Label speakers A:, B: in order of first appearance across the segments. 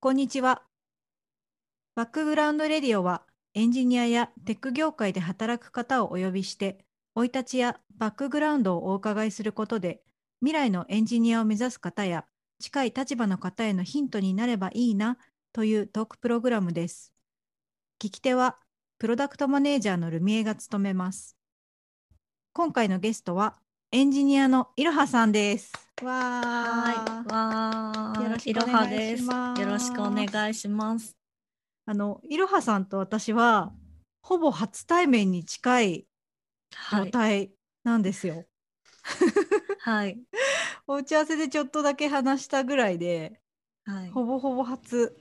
A: こんにちは。バックグラウンドレディオはエンジニアやテック業界で働く方をお呼びして、生い立ちやバックグラウンドをお伺いすることで、未来のエンジニアを目指す方や近い立場の方へのヒントになればいいなというトークプログラムです。聞き手はプロダクトマネージャーのルミエが務めます。今回のゲストはエンジニアのいろはさんです。わー
B: はい。わー
A: よろし
B: い
A: くお
B: ろ
A: 願
B: はいで
A: し
B: す。
A: ます
B: よろしくお願いします。
A: あのいろはさんと私はほぼ初対面に近い
B: は
A: 状
B: い。
A: 態なんですよ。
B: はい。
A: お打ち合わせでちょっとだけ話したぐらいで
B: はい。
A: ほぼほぼ初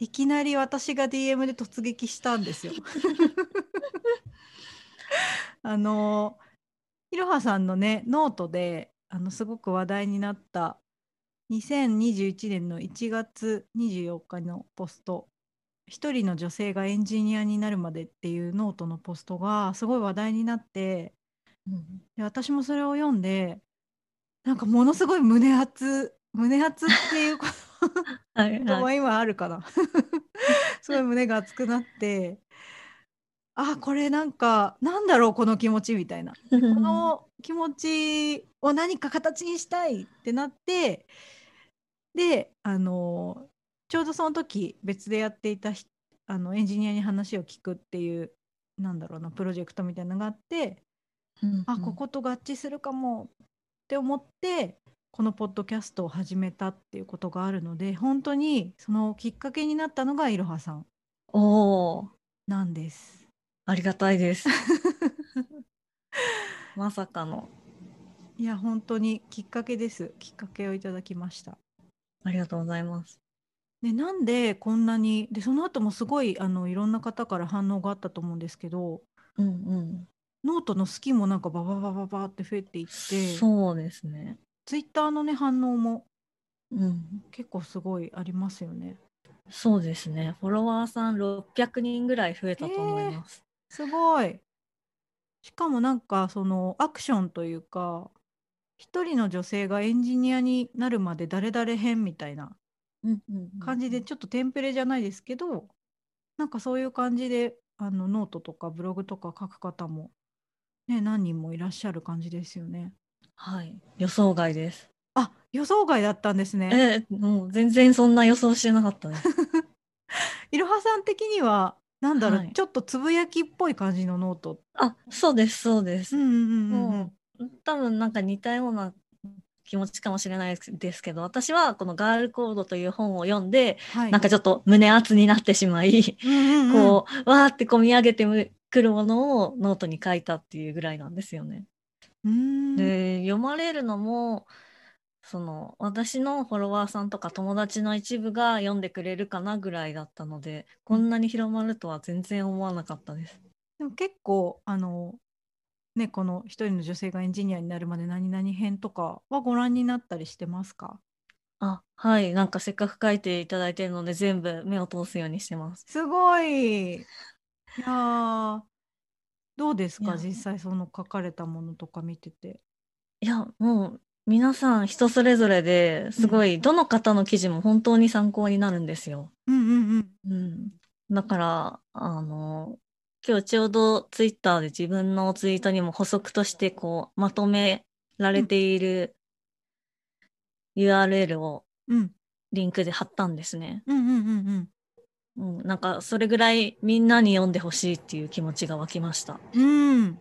A: いきなり私が DM で突撃したんですよ。 あのいろはさんのねノートであのすごく話題になった2021年の1月24日のポスト「一人の女性がエンジニアになるまで」っていうノートのポストがすごい話題になって
B: うん
A: で私もそれを読んでなんかものすごい胸熱胸熱っていうこ
B: はい。
A: と
B: は。
A: はい今あるかなすごい胸が熱くなってあこれなんかなんだろうこの気持ちみたいなこの気持ちを何か形にしたいってなってであのちょうどその時別でやっていたひあのエンジニアに話を聞くっていうなんだろうなプロジェクトみたいなのがあって
B: うん
A: あこ。こと合致するかもって思ってこのポッドキャストを始めたっていうことがあるので本当にそのきっかけになったのがいろはさん
B: おー、
A: なんです。
B: ありがたい です。まさかの。
A: いや本当にきっかけですきっかけをいただきました。
B: ありがとうございます。
A: でなんでこんなにでその後もすごいあのいろんな方から反応があったと思うんですけど
B: うんうん。
A: ノートの好きもなんかバババババって増えていってツ
B: そうですね。
A: イッターのね反応も
B: うん。
A: 結構すごいありますよね。
B: そうですね。フォロワーさん600人ぐらい増えたと思います。
A: すごい。しかもなんかそのアクションというか一人の女性がエンジニアになるまで誰々編みたいな
B: うんうんうん
A: 感じでちょっとテンプレじゃないですけどなんかそういう感じであのノートとかブログとか書く方も、ね、何人もいらっしゃる感じですよね。
B: はい。予想外です。
A: あ予想外だったんですね。
B: ええ、もう全然そんな予想してなかったです。
A: いろはさん的にはなんだろう、
B: はい
A: ちょっとつぶやきっぽい感じのノート。
B: あ、そうです、そうです
A: うん。うんうんうん
B: もう、多分なんか似たような気持ちかもしれないですけど、私はこのガールコードという本を読んで、
A: はい
B: なんかちょっと胸熱になってしまい、
A: うんうんうん
B: こう、わーってこみ上げてくるものをノートに書いたっていうぐらいなんですよね。
A: うーん
B: で、読まれるのも、その私のフォロワーさんとか友達の一部が読んでくれるかなぐらいだったので、こんなに広まるとは全然思わなかったです。
A: でも結構あのねこの一人の女性がエンジニアになるまで何々編とかはご覧になったりしてますか
B: あ、はい。なんかせっかく書いていただいてるので、全部目を通すようにしてます。
A: すごいいやーどうです
B: い
A: か
B: や
A: 実際その書かれたものとか見てて。
B: いや、もう、皆さん人それぞれですごい、どの方の記事も本当に参考になるんですよ。
A: うんうんうん
B: うん。だから、あの、今日ちょうどツイッターで自分のツイートにも補足として、こう、まとめられている URL を
A: うん
B: リンクで貼ったんですね。
A: うんうんうんうん
B: うん。なんか、それぐらいみんなに読んでほしいっていう気持ちが湧きました。
A: うんわ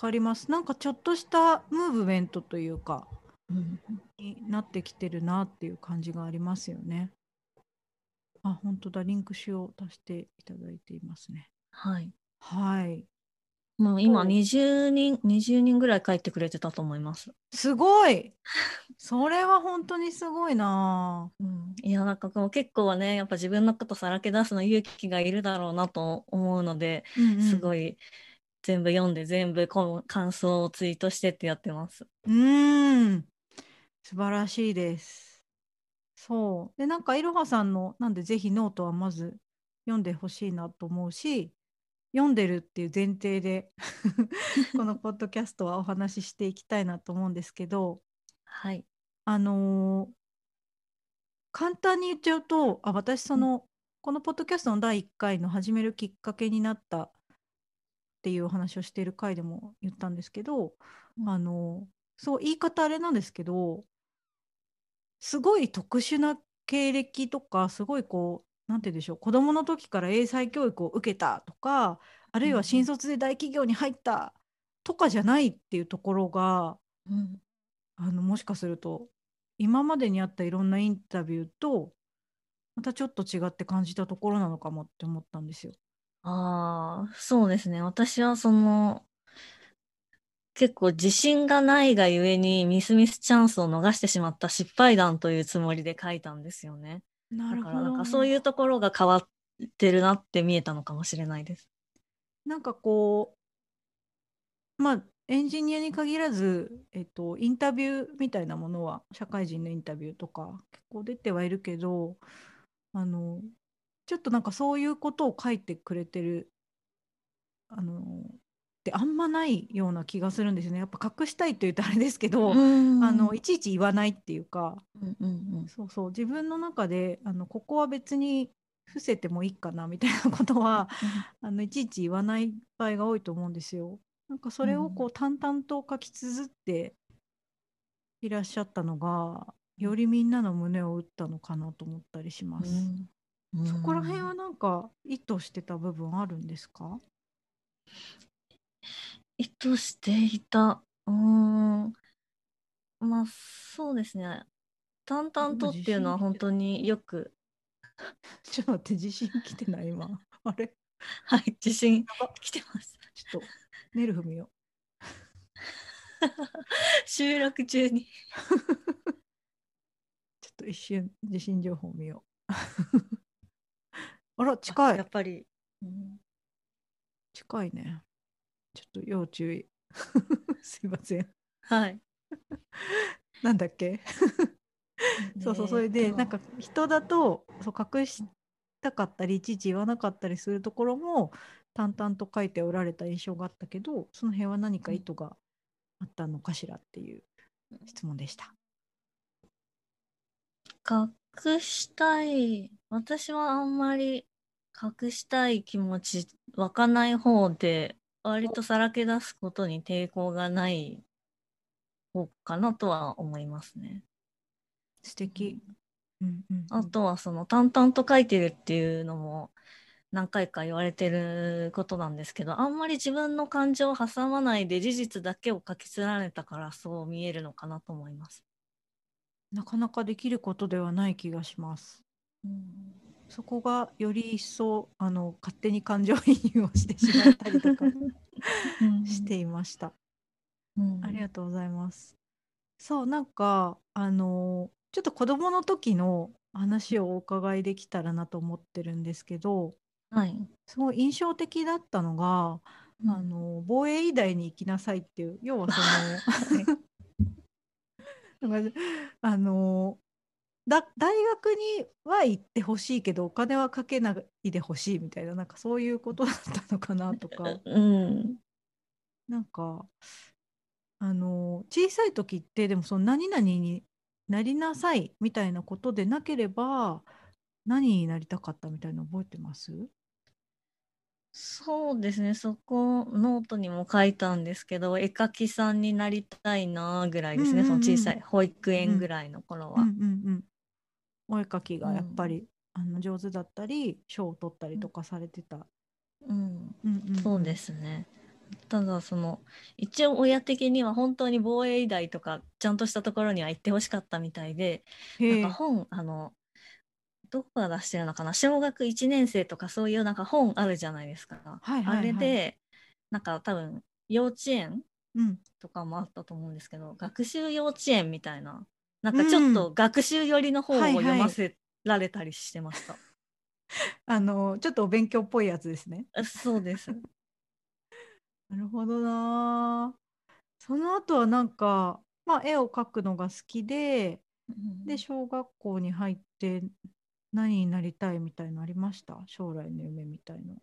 A: かりますなんかちょっとしたムーブメントというか
B: うん。
A: になってきてるなっていう感じがありますよね。あ本当だリンク集を足していただいていますね。
B: はい。
A: はい
B: もう今
A: そう
B: 20人、20人ぐらい書いてくれてたと思います。
A: すごいそれは本当にすごいな
B: うん、いや、なんかこう結構ね、やっぱ自分のことさらけ出すの勇気がいるだろうなと思うので、
A: ぁ、うんうん
B: すごい全部読んで全部こう感想をツイートしてってやってます。
A: うーん素晴らしいですそうでなんかいろはさんのなんでぜひノートはまず読んでほしいなと思うし読んでるっていう前提で このポッドキャストはお話ししていきたいなと思うんですけど
B: はい。
A: あのー簡単に言っちゃうとあ私その、このポッドキャストの第1回の始めるきっかけになったっていうお話をしている回でも言ったんですけど、
B: うん
A: あのそう言い方あれなんですけどすごい特殊な経歴とかすごいこうなんて言うんでしょう子どもの時から英才教育を受けたとかあるい
B: うんう
A: は
B: ん
A: 新卒で大企業に入ったとかじゃないっていうところが
B: うん
A: あのもしかすると今までにあったいろんなインタビューとまたちょっと違って感じたところなのかもって思ったんですよ。
B: ああ、そうですね。私はその、結構自信がないがゆえにミスミスチャンスを逃してしまった失敗談というつもりで書いたんですよね。
A: な
B: だからなんかそういううところが変わってるなって見えたのかもしれないです。
A: なんかこうまあエンジニアに限らず、えっと、インタビューみたいなものは社会人のインタビューとか結構出てはいるけどあのちょっとなんかそういうことを書いてくれてるあのってあんまないような気がするんですよね。やっぱ隠したいと言うとあれですけど、あ
B: あ
A: のいちいち言わないっていうか
B: うんうんうん
A: そうそう自分の中であのここは別に伏せてもいいかなみたいなことはあのいちいち言わない場合が多いと思うんですよ。なんかそれをこう淡々と書き綴っていらっしゃったのがよりみんなの胸を打ったのかなと思ったりします。
B: うんうん
A: そこら辺はなんか意図してた部分あるんですか
B: 意図していた。うーん。まあ、そうですね。淡々とっていうのは本当によく、
A: ちょっと待って自信きてない今。あれ
B: はい、自信来てます。
A: ちょっとネル踏みよう。
B: 収録中に。
A: ちょっと一瞬地震情報見よう。 あら近
B: や
A: い
B: っぱり。うん
A: 近いね。ちょっと要注意。 すいません。
B: はい。
A: なんだっけ？そうそうそれでなんか、人だとそう隠したかったりいちいち言わなかったりするところも淡々と書いておられた印象があったけど、その辺は何か意図があったのかしらっていう質問でした。
B: 隠したい。私はあんまり隠したい気持ち湧かない方で、割とさらけ出すことに抵抗がない方かなとは思いますね。
A: 素敵。うんうんうん
B: あとはその淡々と書いてるっていうのも何回か言われてることなんですけどあんまり自分の感情を挟まないで事実だけを書き連ねたからそう見えるのかなと思います。
A: なかなかできることではない気がします。そこがより一層あの勝手に感情移入をしてしまったりとか していました。ありがとうございます。そうなんかあのちょっと子供の時の話をお伺いできたらなと思ってるんですけど、
B: うん。はい。
A: すごい印象的だったのが、あの防衛医大に行きなさいっていう要はその。
B: はい
A: なんかあのだ大学には行ってほしいけどお金はかけないでほしいみたいななんかそういうことだったのかなとか
B: うん。
A: なんかあの小さい時ってでもその何々になりなさいみたいなことでなければ何になりたかったみたいなの覚えてます
B: そうですね。そこノートにも書いたんですけど、絵描きさんになりたいなぐらいですね。
A: うんうんうん
B: その小さい保育園ぐらいの頃
A: うん
B: は。
A: うんうん、お絵描きがやっぱり、あの上手だったり賞を取ったりとかされてた。
B: うん。
A: うんうん
B: そうですね。ただその一応親的には本当に防衛医大とかちゃんとしたところには行ってほしかったみたいで、
A: へえ
B: なんか本あのどこが出してるのかな小学1年生とかそういうなんか本あるじゃないですか。
A: はいはいはい
B: あれでなんか多分幼稚園
A: うん
B: とかもあったと思うんですけど学習幼稚園みたいななんかちょっと学習寄りの本を
A: はいはい
B: 読ませられたりしてました。
A: あのちょっとお勉強っぽいやつですね。
B: あ そうです。
A: なるほどなあ。その後はなんか、まあ、絵を描くのが好きで、で、小学校に入って何になりたいみたいのありました将来の夢みたいの。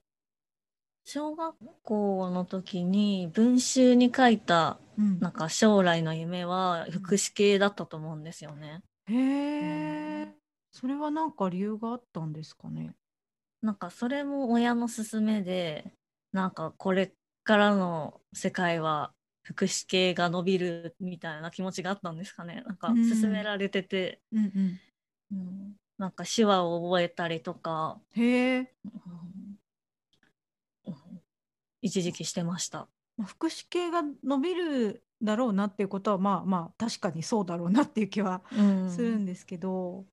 B: 小学校の時に文集に書いた
A: うん
B: なんか将来の夢は福祉系だったと思うんですよね。
A: へえ、それは何か理由があったんですかね。
B: なんかそれも親の勧めで、なんかこれからの世界は福祉系が伸びるみたいな気持ちがあったんですかね。なんか
A: うん
B: 勧められてて、
A: うんうん。
B: うんなんか手話を覚えたりとか、
A: へえ。
B: うんうん一時期してました。
A: まあ、福祉系が伸びるだろうなっていうことはまあまあ確かにそうだろうなっていう気は
B: うん
A: するんですけど、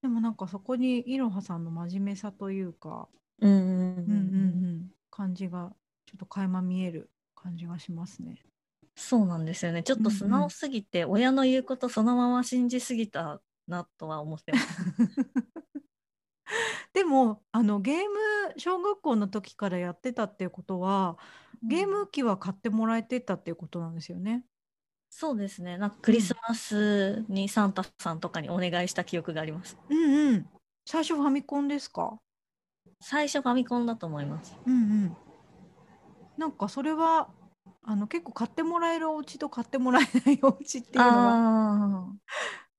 A: でもなんかそこにいろはさんの真面目さというか、
B: うんうんうん
A: うんうんうん、感じがちょっと垣間見える感じがしますね。
B: そうなんですよね。ちょっと素
A: うんう
B: 直
A: ん
B: すぎて、親の言うことそのまま信じすぎたなとは思ってます。
A: でもあのゲーム小学校の時からやってたっていうことは ゲーム機は買ってもらえてたっていうことなんですよね。
B: そうですね。なんかクリスマスにサンタさんとかにお願いした記憶があります。
A: うんうん。最初ファミコンですか。
B: 最初ファミコンだと思います。
A: うんうん。なんかそれはあの結構買ってもらえるお家と買ってもらえないお家っていうのが
B: あ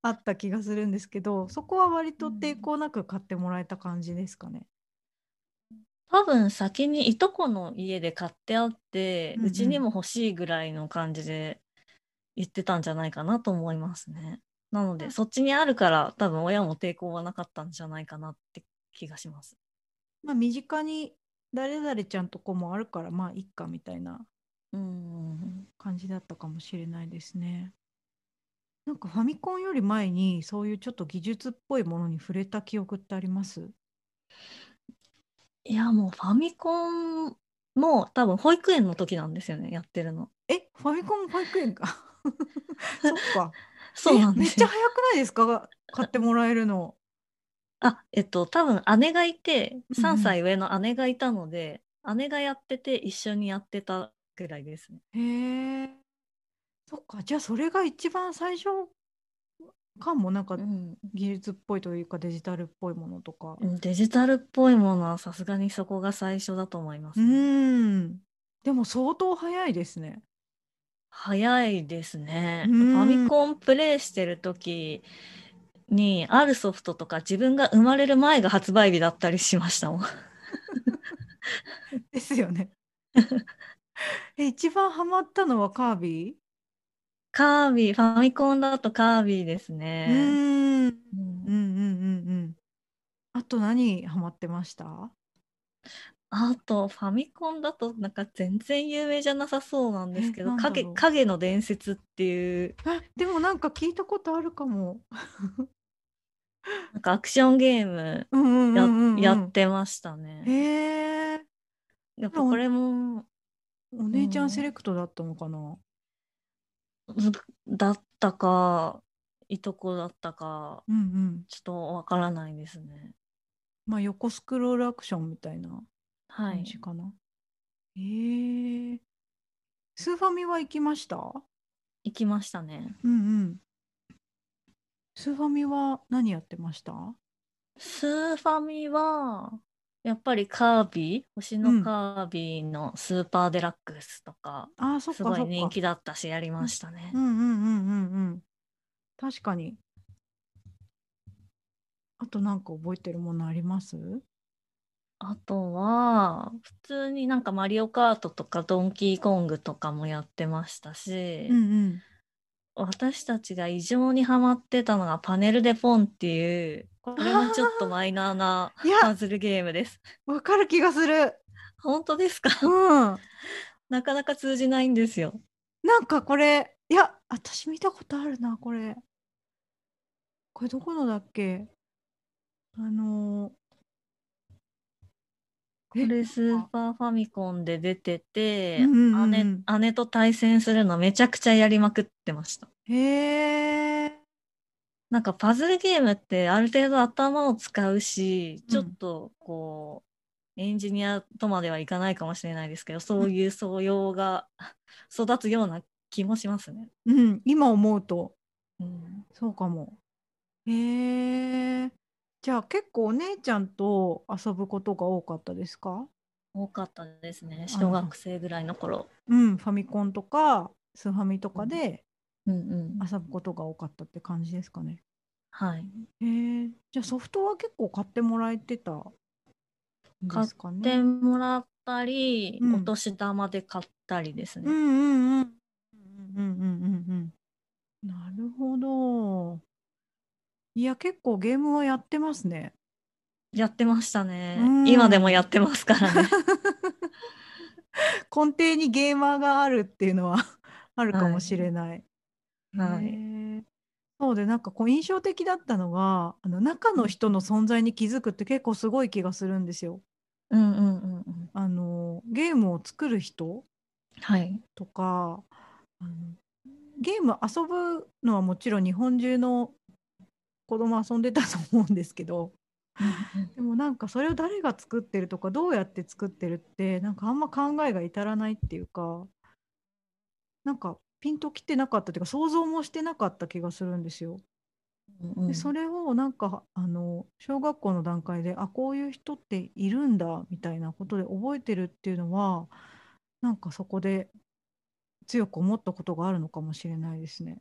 A: あった気がするんですけど、そこは割と
B: うん
A: 抵抗なく買ってもらえた感じですかね。
B: あ、多分先にいとこの家で買ってあって、
A: う
B: うん
A: うん
B: ちにも欲しいぐらいの感じで言ってたんじゃないかなと思いますね。なの
A: うん
B: で、そっちにあるから多分親も抵抗はなかったんじゃないかなって気がします。
A: まあ身近に誰々ちゃんとこもあるからまあいっかみたいな
B: うん。
A: 感じだったかもしれないですね。なんかファミコンより前にそういうちょっと技術っぽいものに触れた記憶ってあります
B: いや、もうファミコンも多分保育園の時なんですよね、やってるの。
A: えファミコン保育園か そっか
B: そうなん
A: え
B: で
A: めっ
B: す
A: ちゃ
B: よ。
A: 早くないです か買ってもらえるの。
B: あ、えっと、多分姉がいて、
A: うんうん
B: 3歳上の姉がいたので、姉がやってて一緒にやってたぐらいですね。
A: へえそっかじゃあそれが一番最初かもなんか
B: うん。
A: 技術っぽいというかデジタルっぽいものとか。
B: デジタルっぽいものはさすがにそこが最初だと思いま
A: う
B: すね。
A: んでも相当早いですね。
B: 早いですね。
A: う
B: フ
A: ん
B: ァミコンプレイしてる時に、あるソフトとか自分が生まれる前が発売日だったりしましたもん。
A: ですよね。え一番ハマったのはカービィ、
B: カービィ、ファミコンだとカービィです
A: う
B: ね。
A: ーんうんうん
B: うん
A: うんうんあと何ハマってました
B: あと、ファミコンだと、なんか全然有名じゃなさそうなんですけ
A: えな
B: ど、
A: んだろう
B: 影、影の伝説っていう、
A: あでもなんか聞いたことあるかも。
B: なんかアクションゲーム
A: うんうんう
B: や,、
A: んうん
B: やってました
A: へ
B: ね。
A: え
B: やっぱこれも、
A: お姉ちゃ
B: うんん
A: セレクトだったのかな。
B: ずだったか、いとこだったか、
A: うんうん。
B: ちょっとわからないですね。
A: まあ横スクロールアクションみたいな
B: は
A: 感
B: い。
A: じかな。へえスーファミは行きました
B: 行きましたね。
A: うんうん。スーファミは何やってました
B: スーファミは、やっぱりカービィ、星
A: うん
B: のカービィのスーパーデラックスとか、
A: あーそっ
B: す
A: か
B: ご
A: そ
B: い
A: っ
B: 人
A: か。
B: 気だったし、やりましたね
A: う。んうんうんうんうん。確かに。あとなんか覚えてるものあります
B: あとは、普通になんかマリオカートとかドンキーコングとかもやってましたし、
A: ん。
B: 私たちが異常にハマってたのがパネルでポンっていう、これもちょっとマイナーない
A: や
B: パズルゲームです。
A: わかる気がする。
B: 本当ですか
A: うん。
B: なかなか通じないんですよ。
A: なんかこれ、いや、私見たことあるな、これ。これどこのだっけあの
B: これスーパーファミコンで出てて、
A: うんうんうんうん
B: 姉、姉と対戦するのめちゃくちゃやりまくってました。
A: ー、へえ。
B: なんかパズルゲームってある程度頭を使うし、
A: うん
B: ちょっとこう、エンジニアとまではいかないかもしれないですけど、そういう素養が 育つような気もしますね。
A: うん、今思うと、
B: うん、
A: そうかも。へえ。じゃあ結構お姉ちゃんと遊ぶことが多かったですか
B: 多かったですね、小学生ぐらいの頃。
A: うん、ファミコンとか、スーファミとかで
B: うんうん、
A: 遊ぶことが多かったって感じですかね。
B: はい。
A: へえ。じゃあソフトは結構買ってもらえてたんですかね。
B: でもらったり、
A: うん
B: お年玉で買ったりで
A: う
B: す
A: んう
B: ね。
A: んうん。うんうんうんうん。なるほど。いや、結構ゲームはやってますね。
B: やってましたね
A: う。ん
B: 今でもやってますからね。
A: 根底にゲーマーがあるっていうのは あるかもしれない。
B: はい
A: へーそうでなんかこう印象的だったのがあの中の人の存在に気づくって結構すごい気がするんですよ。
B: うんうんうんうん。
A: あのゲームを作る人
B: はい。
A: とかあのゲーム遊ぶのはもちろん日本中の子供遊んでたと思うんですけど でもなんかそれを誰が作ってるとかどうやって作ってるってなんかあんま考えが至らないっていうかなんかピンときてなかったというか想像もしてなかった気がするんですよ。
B: うんうん
A: でそれをなんかあの小学校の段階であこういう人っているんだみたいなことで覚えてるっていうのはなんかそこで強く思ったことがあるのかもしれないですね。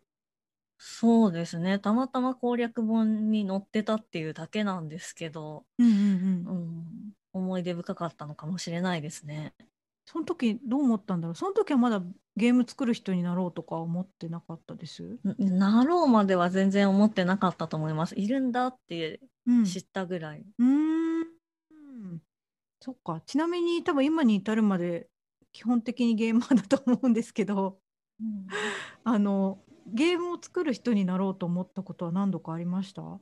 B: そうですね。たまたま攻略本に載ってたっていうだけなんですけど、
A: うんうんう、
B: うんん、思い出深かったのかもしれないですね。
A: その時どう思ったんだろうその時はまだゲーム作る人になろうとか思ってなかったです、
B: んなろうまでは全然思ってなかったと思います。いるんだって
A: うん、
B: 知ったぐらい。
A: うーん。そっか。ちなみに多分今に至るまで基本的にゲーマーだと思うんですけど、
B: うん
A: あのゲームを作る人になろうと思ったことは何度かありました？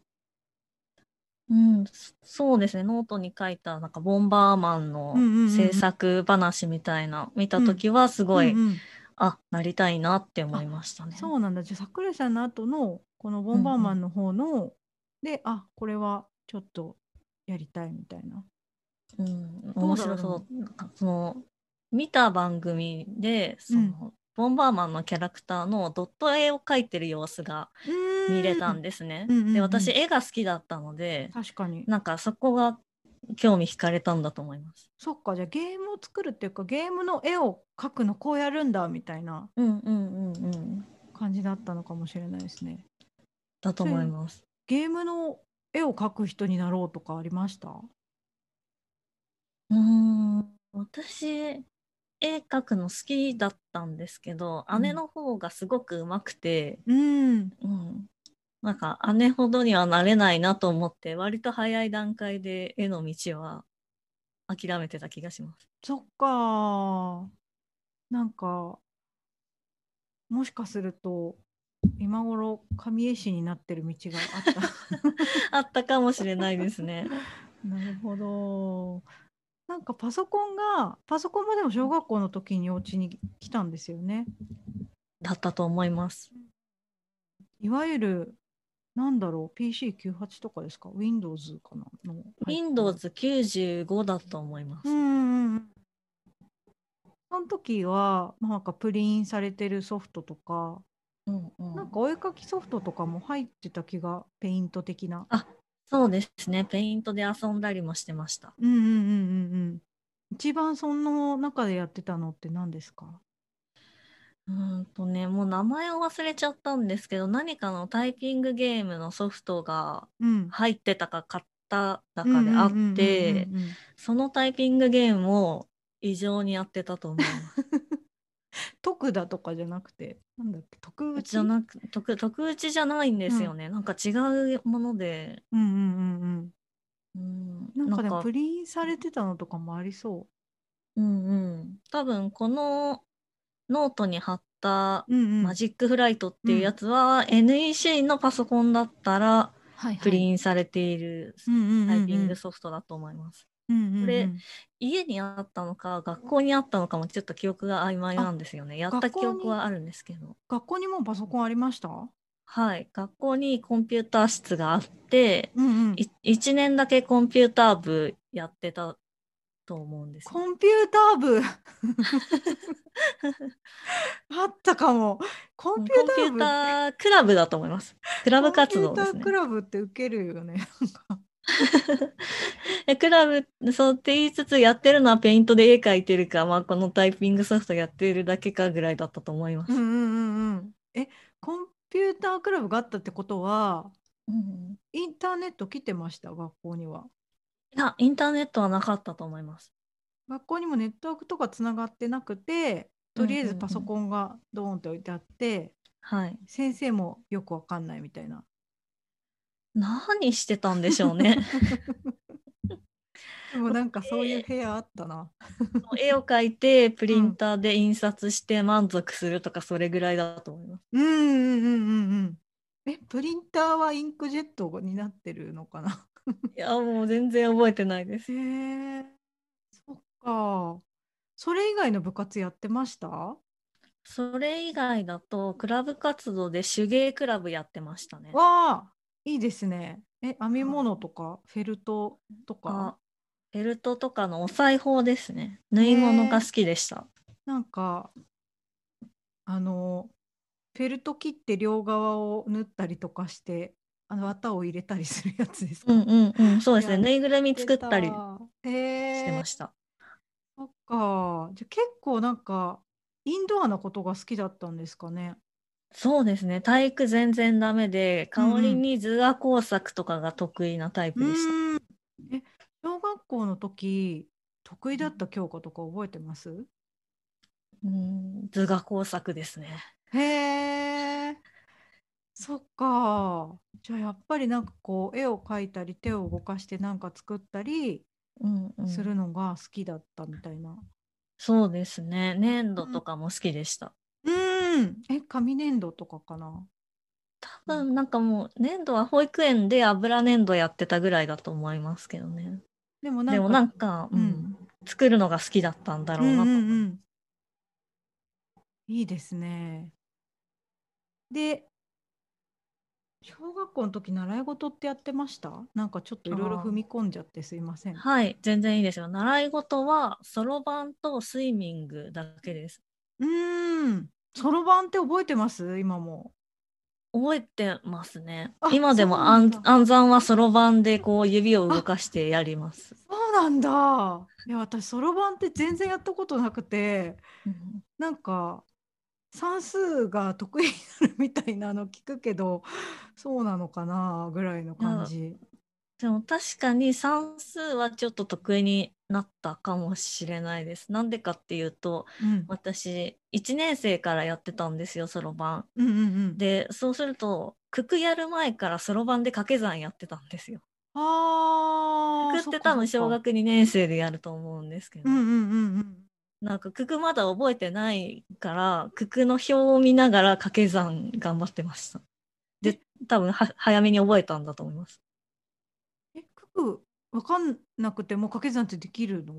B: うん、そそうですね。ノートに書いた、なんか、ボンバーマ
A: うんう
B: ン
A: んうんう
B: の
A: ん
B: 制作話みたいな、見たときは、すごい、
A: うんうん
B: あ、なりたいなって思いましたね。
A: そうなんだ。じゃあ桜井さんの後のこのボンバーマンの方の、で、あこれはちょっとやりたいみたいな。
B: うん、
A: ろう
B: 面白そう。なんか、その、見た番組で、その、ボンバーマンのキャラクターのドット絵を描いてる様子が見れたん
A: で。
B: ですね
A: うんうんうん。
B: で、私、絵が好きだったので、
A: 確かに。
B: なんか、そこが興味惹かれたんだと思います。
A: そっか。じゃあゲームを作るっていうかゲームの絵を描くのこうやるんだみたいな
B: うんうんうんうん。
A: 感じだったのかもしれないですね。
B: だと思います。
A: ゲームの絵を描く人になろうとかありました
B: うーん、私、絵描くの好きだったんですけど、
A: うん
B: 姉の方がすごく上手くて、
A: うん。
B: うん、なんか姉ほどにはなれないなと思って、割と早い段階で絵の道は諦めてた気がします。
A: そっか。なんか、もしかすると、今頃、神絵師になってる道があった。
B: あったかもしれないです ね。
A: なるほど。なんかパソコンが、パソコンもでも小学校の時にお家に来たんですよね。
B: だったと思います。
A: いわゆる、なんだろう、PC98 とかですか ?Windows かなの、
B: Windows 95だと思います。
A: うんうんうんその時はなんかプリンされてるソフトとか、
B: うんうん
A: なんかお絵かきソフトとかも入ってた気がペイント的な。
B: そうですね。ペイントで遊んだりもしてました。
A: うんうんうんうんうん。一番その中でやってたのって何ですか
B: うーんとね、もう名前を忘れちゃったんですけど、何かのタイピングゲームのソフトが
A: うん。
B: 入ってたか買っただかであって
A: うん、うんうんうんうんうん
B: そのタイピングゲームを異常にやってたと思 います。
A: 特だとかじゃなくて、なんだっけ、特打ち
B: じゃなく、特、特打ちじゃないんですよね。なんか違うもので、
A: うんうんうん
B: うん、
A: うん。なんかでも
B: なんか
A: プリンされてたのとかもありそ
B: うんうん。多分このノートに貼った
A: う。うんうん。
B: マジックフライトっていうやつは、NEC のパソコンだったら
A: はいはい
B: プリンされている
A: うんうんうんうん
B: タイピングソフトだと思いま
A: うんうんう
B: す。
A: ん
B: これ家にあったのか、学校にあったのかもちょっと記憶が曖昧なんですよね。やった
A: 学
B: 記
A: 校
B: 憶
A: に
B: はあるんですけど。
A: 学校にもうパソコンありました
B: はい。学校にコンピューター室があって、
A: うんうん。
B: 1年だけコンピューター部やってたと思うんですよ。
A: コンピューター部 あったかも。コ
B: コ
A: ン
B: ン
A: ピ
B: ピ
A: ューター
B: ュ
A: 部
B: ータークラブだと思います。クラブ活
A: コ
B: 動
A: ン
B: で
A: ピュー
B: す
A: ター
B: ね
A: ク。ラブって受けるよね。
B: えクラブ、そうって言いつつやってるのはペイントで絵描いてるか、まあこのタイピングソフトやってるだけかぐらいだったと思います
A: うん。うんうんうん。え、コンピュータークラブがあったってことは、
B: うん
A: インターネット来てました学校には。
B: いや、インターネットはなかったと思います。
A: 学校にもネットワークとかつながってなくてとりあえずパソコンがドーンって置いてあって、
B: はい。
A: 先生もよくわかんないみたい な。
B: 何してたんでしょう ね。
A: でもなんかそういう部屋あったな。
B: 絵を描いて、プリンターで印刷して満足するとか、それぐらいだと思います。
A: うんうんうんうんうん。えプリンターはインクジェットになってるのかな。
B: いや、もう全然覚えてないです。
A: へえそっか。それ以外の部活やってました
B: それ以外だと、クラブ活動で手芸クラブやってましたね。
A: わあいいですね。え編み物とかフェルトと
B: あ
A: か
B: ベルトとかのお裁縫ですね。縫い物が好きでした。
A: なんかあのフェルト切って両側を縫ったりとかしてあの綿を入れたりするやつですか、
B: うんうんうん、そうですね。
A: や
B: ぬいぐるみ作ったり
A: えー、
B: してました。
A: そっかじゃあ結構なんかインドアなことが好きだったんですかね。
B: そうですね。体育全然ダメで、
A: うんうん
B: 香りに図画工作とかが得意なタイプでした。
A: うんえ小学校の時得意だった教科とか覚えてます、
B: うん図画工作ですね。
A: へえ、そっか。じゃあやっぱりなんかこう絵を描いたり手を動かしてなんか作ったり
B: うんうん、
A: するのが好きだったみたいな。
B: そうですね。粘土とかも好きでした。
A: うん。え、紙粘土とかかな。
B: 多分なんかもう粘土は保育園で油粘土やってたぐらいだと思いますけどね。
A: でもなん
B: でも
A: か
B: なんか、う
A: うん
B: ん、作るのが好きだったんだろうなと
A: うん
B: 思
A: う
B: い
A: んうんいいですね。で、小学校の時習い事ってやってましたなんかちょっといろいろ
B: あー
A: 踏み込んじゃってすいません。
B: はい、全然いいですよ。習い事は、そろばんとスイミングだけです。
A: うん。そろばんって覚えてます今も。
B: 覚えてますね
A: あ。
B: 今で
A: そ
B: も
A: うなん
B: 暗
A: だ
B: 暗算はそろばんでこう指を動かしてやります。
A: そうなんだ。いや私そろばんって全然やったことなくて
B: うん
A: なんか算数が得意になるみたいなの聞くけどそうなのかなぐらいの感じ。
B: でも確かに算数はちょっと得意になったかもしれないです。なんでかっていうと、
A: うん、
B: 私、1年生からやってたんですよ、そろばん。
A: うんうんうん。
B: で、そうすると、九九やる前からそろばんで掛け算やってたんですよ。
A: ああ。
B: 九九って多分
A: そ
B: 小
A: っか
B: 学2年生でやると思うんですけ
A: そっか
B: ど。
A: うんうんうんうん。
B: なんか、九九まだ覚えてないから、九九の表を見ながら掛け算頑張ってました。で、多分は早めに覚えたんだと思います。
A: え九九わかんなくても掛け算ってできるの？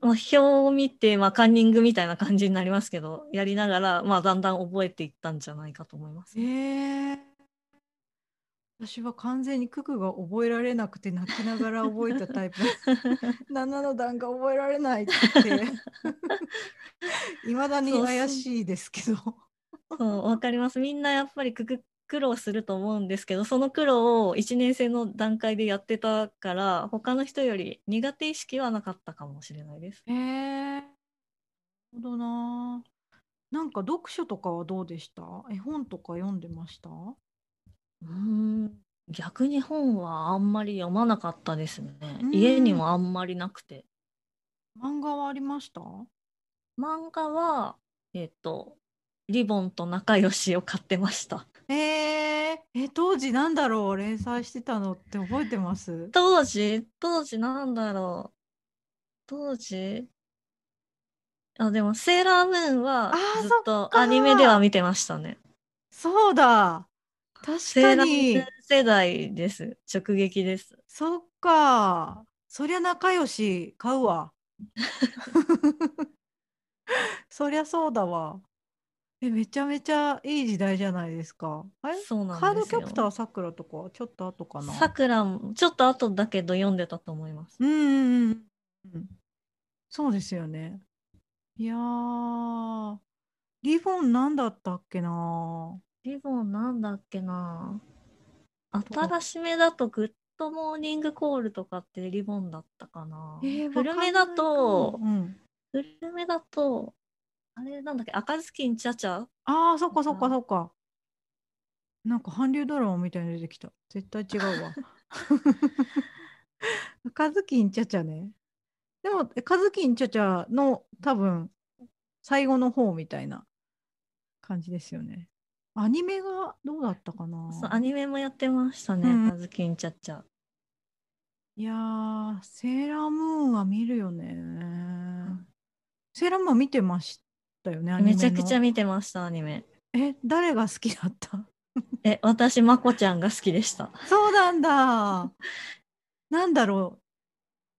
B: まあ、表を見て、まあ、カンニングみたいな感じになりますけど、やりながら、まあ、だんだん覚えていったんじゃないかと思います。
A: ええ。私は完全に九九が覚えられなくて泣きながら覚えたタイ プ。七の段が覚えられないっていまだに
B: そうそう
A: 怪しいですけど
B: そう、わかります。みんなやっぱり九九苦労すると思うんですけど、その苦労を1年生の段階でやってたから、他の人より苦手意識はなかったかもしれないです。
A: へえなるほどななんか読書とかはどうでした絵本とか読んでました
B: うーん逆に本はあんまり読まなかったですね
A: うん。
B: 家にもあんまりなくて。
A: 漫画はありました
B: 漫画は、えっと、リボンと仲良しを買ってました。
A: えー、え当時なんだろう連載してたのって覚えてます
B: 当時、当時なんだろう。当時あ、でも、セーラームーンは
A: あー
B: ずっ
A: っ
B: と
A: か
B: アニメでは見てましたね。
A: そうだ確
B: セ
A: か
B: ーラー
A: に
B: ムーン世代です。直撃です。
A: そっかそりゃ仲良し買う わそりゃそうだわえめちゃめちゃいい時代じゃないですかあれ
B: そうなんです
A: カード
B: よ。
A: キャプターさくらとかちょっと後かな
B: さくらも、ちょっと後だけど読んでたと思います。
A: うんうんうんうんそうですよねいやーリボンなんだったっけな
B: リボンなんだっけな新しめだとグッドモーニングコールとかってリボンだったかな、
A: えー
B: 古
A: わ
B: め
A: かん
B: だ
A: ないかも、
B: と
A: うん、
B: 古めだと、あれなんだっけ、赤ずきんちゃちゃ
A: あーそっかそっかそっかうなんか韓流ドラマみたいに出てきた。絶対違うわ。 カズキンチャチャね。でも、えカズキンチャチャの多分、最後の方みたいな感じですよね。アニメがどうだったかな
B: そう、アニメもやってました
A: うん
B: ね、カズキンチャッチャ。
A: いやー、セーラームーンは見るよね。
B: ん
A: セーラームーンは見てましたよね、アニメ
B: め
A: の
B: ちゃくちゃ見てました、アニメ。
A: え、誰が好きだった
B: え、私、まこちゃんが好きでした。
A: そうなんだ。なんだろう。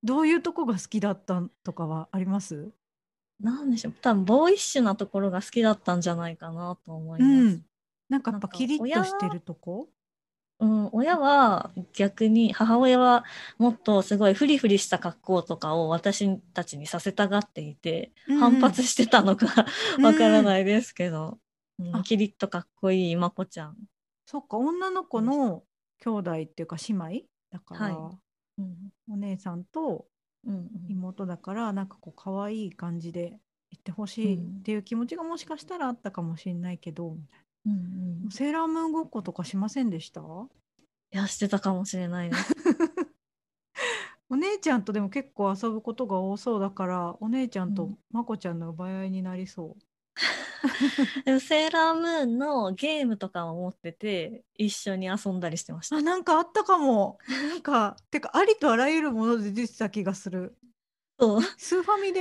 A: どういうとこが好きだったとかはあります
B: なんでしょう、多分ボーイッシュなところが好きだったんじゃないかなと思いうます。
A: ん。なんかやっ
B: な
A: ぱ
B: んか
A: キリッとしてるとこ
B: うん、親は逆に母親はもっとすごいフリフリした格好とかを私たちにさせたがっていて、反発してたのかわから
A: い。
B: ないですけど、うん
A: あ
B: キリッとかっこいいまこちゃん、
A: そっか、女の子の兄弟っていうか姉妹だから、
B: はうん
A: お姉さんと
B: うんうん
A: 妹だから、なんかこう、可愛い感じで行ってほしいっていう気持ちがもしかしたらあったかもしれないけど、みたい
B: うんうん
A: なセーラームーンごっことかしませんでした
B: いやしてたかもしれないです。
A: お姉ちゃんとでも結構遊ぶことが多そうだからお姉ちゃんとまこちゃんの奪い合いになりそう。
B: でもセーラームーンのゲームとかを持ってて一緒に遊んだりしてました
A: あ。なんかあったかも。なんかてかありとあらゆるもので出てた気がする。
B: そう
A: スーファミで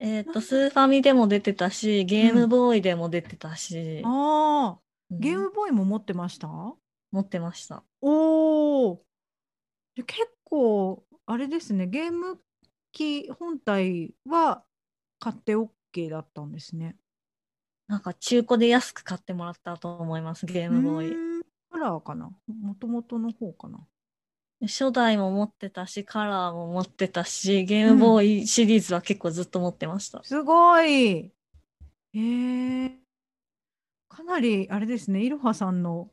B: えっ、とスーファミでも出てたしゲームボーイでも出てたし、
A: ああ
B: うん
A: ゲームボーイも持ってました
B: 持ってました。
A: おお結構あれですねゲーム機本体は買って OK だったんですね。
B: なんか中古で安く買ってもらったと思います、ゲー
A: ゲ
B: ムボーイ。
A: カラーかなもともとの方かな
B: 初代も持ってたし、カラーも持ってたし、ゲームボーイシリーズは結構ずっと持ってました。
A: すごい。えー、かなりあれですね、いろはさんの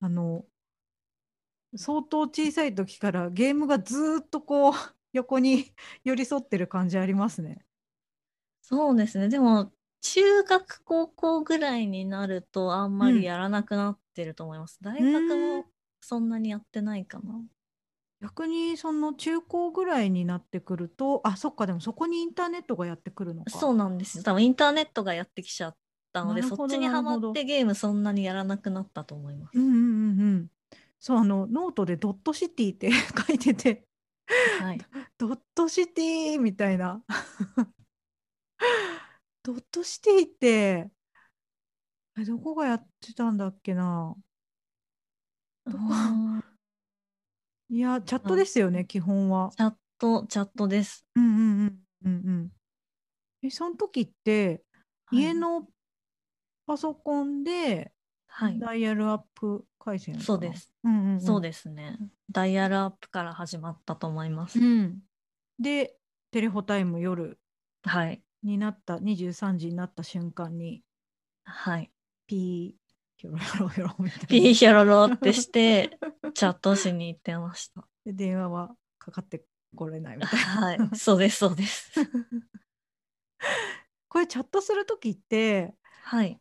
A: あの相当小さい時からゲームがずーっとこう 横に寄り添ってる感じありますね。
B: そうですね。でも、中学、高校ぐらいになるとあんま
A: うん
B: りやらなくなってると思います。大
A: う
B: 学
A: ん
B: もそんなにやってないかな。
A: 逆にその中高ぐらいになってくるとあそっかでもそこにインターネットがやってくるのか。
B: そうなんですよ。多分インターネットがやってきちゃったので、
A: なる
B: そ
A: ほど
B: っちにハマ
A: なるほ
B: っ
A: ど
B: てゲームそんなにやらなくなったと思いま す。
A: うんうんうんうん。そうあのノートで「ドットシティ」って 書いてて
B: はい。
A: ドットシティみたいな。 ドットシティって、えどこがやってたんだっけな。どこ
B: うん
A: いや、チャットですよね、基本は。
B: チャット、チャットです。
A: うんうんうんうんうん。え、その時って、
B: はい
A: 家のパソコンで
B: はい。
A: ダイヤルアップ回線かな
B: そうで。す。
A: うんうんうん、
B: そうですね。ダイヤルアップから始まったと思います。
A: うん。で、テレホタイム夜
B: はい。
A: になった、23時になった瞬間に、
B: はい。
A: ピー、ヒョロヒョロヒョロみたいな。
B: ピーヒョロロっ てして、チャットしに行ってました。
A: で電話はかかってこれないみたいな。
B: はい。そうです、そうです。
A: これチャットする時って
B: はい。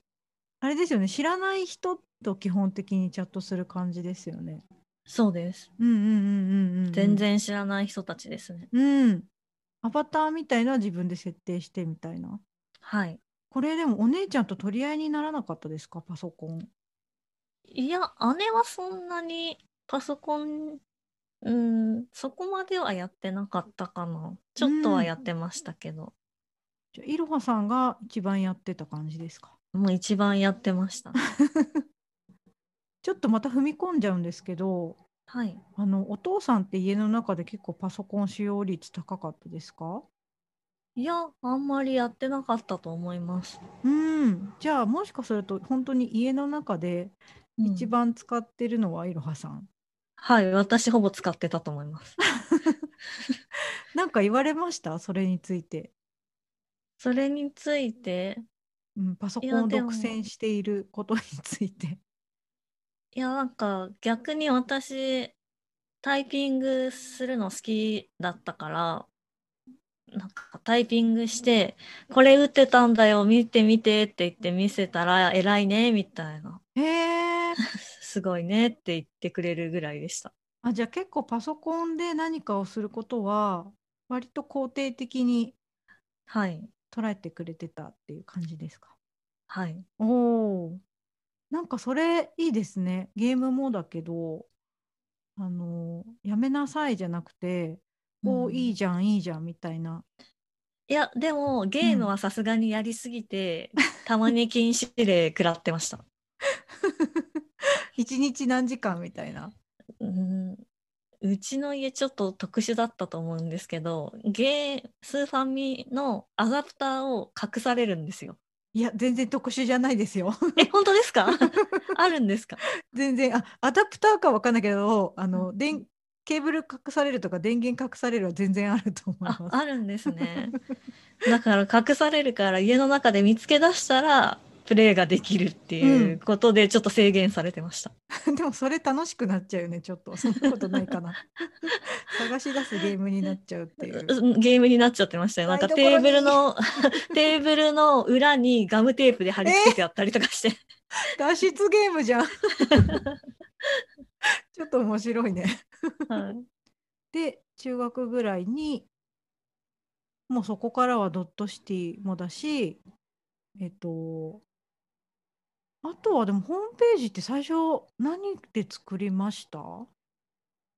A: あれですよね知らない人と基本的にチャットする感じですよね。
B: そうです。
A: うんうんうんうんうんうん。
B: 全。然知らない人たちですね。
A: うん。アバターみたいなのは自分で設定してみたいな。
B: はい。
A: これでもお姉ちゃんと取り合いにならなかったですかパソコン。
B: いや、姉はそんなにパソコン、うん、そこまではやってなかったかな。ちょっとはやってましたけど、
A: じゃあいろはさんが一番やってた感じですか
B: もう一番やって ました。
A: ちょっとまた踏み込んじゃうんですけど
B: はい。
A: あのお父さんって家の中で結構パソコン使用率高かったですか
B: いや、あんまりやってなかったと思います。
A: うん、じゃあもしかすると本当に家の中で
B: うん
A: 一番使ってるのはいろはさん。
B: はい、私ほぼ使ってたと思い ます。
A: なんか言われましたそれについて、
B: それについて、
A: うん。パソコ
B: いや
A: ンを
B: でも
A: 独占していることについて。
B: いや、なんか逆に私、タイピングするの好きだったから、なんかタイピングして、これ打ってたんだよ、見て見てって言って見せたら、偉いね、みたいな。
A: へえ
B: すごいねって言ってくれるぐらいでした。
A: あじゃあ結構パソコンで何かをすることは割と肯定的に
B: はい。
A: 捉えてくれてたっていう感じですか
B: はい。
A: おお、なんかそれいいですね。ゲームもだけど、あの、やめなさいじゃなくて、おお、いい
B: い
A: じゃん、いいじゃんみたいな。
B: や、でも、ゲームはさすがにやりすぎて、たまに禁止令食らってました。
A: 一日何時間みたいな。
B: うんうちの家ちょっと特殊だったと思うんですけど、ゲー、スーファミのアダプターを隠されるんです よ。
A: いや、全然特殊じゃないです よ。
B: え、本当です かあるんですか
A: 全然、あ、アダプターかわかんないけど、あの、
B: うん
A: 電、ケーブル隠されるとか電源隠されるは全然あると思い
B: あ、
A: ます。
B: あるんですね。だから隠されるから家の中で見つけ出したら、プレイができるっていうことでちょっと制限されてました。
A: でもそれ楽しくなっちゃうよね、ちょっと。そんなことないかな。 探し出すゲームになっちゃうっていう。
B: うゲームになっちゃってましたよ。なんかテーブルの、 テーブルの裏にガムテープで貼り付けてあったりとかして。
A: 脱出ゲームじゃん。 ちょっと面白いね。
B: はい
A: で中学ぐらいにもうそこからはドットシティもだしえっとあとはでもホームページって最初何で作りました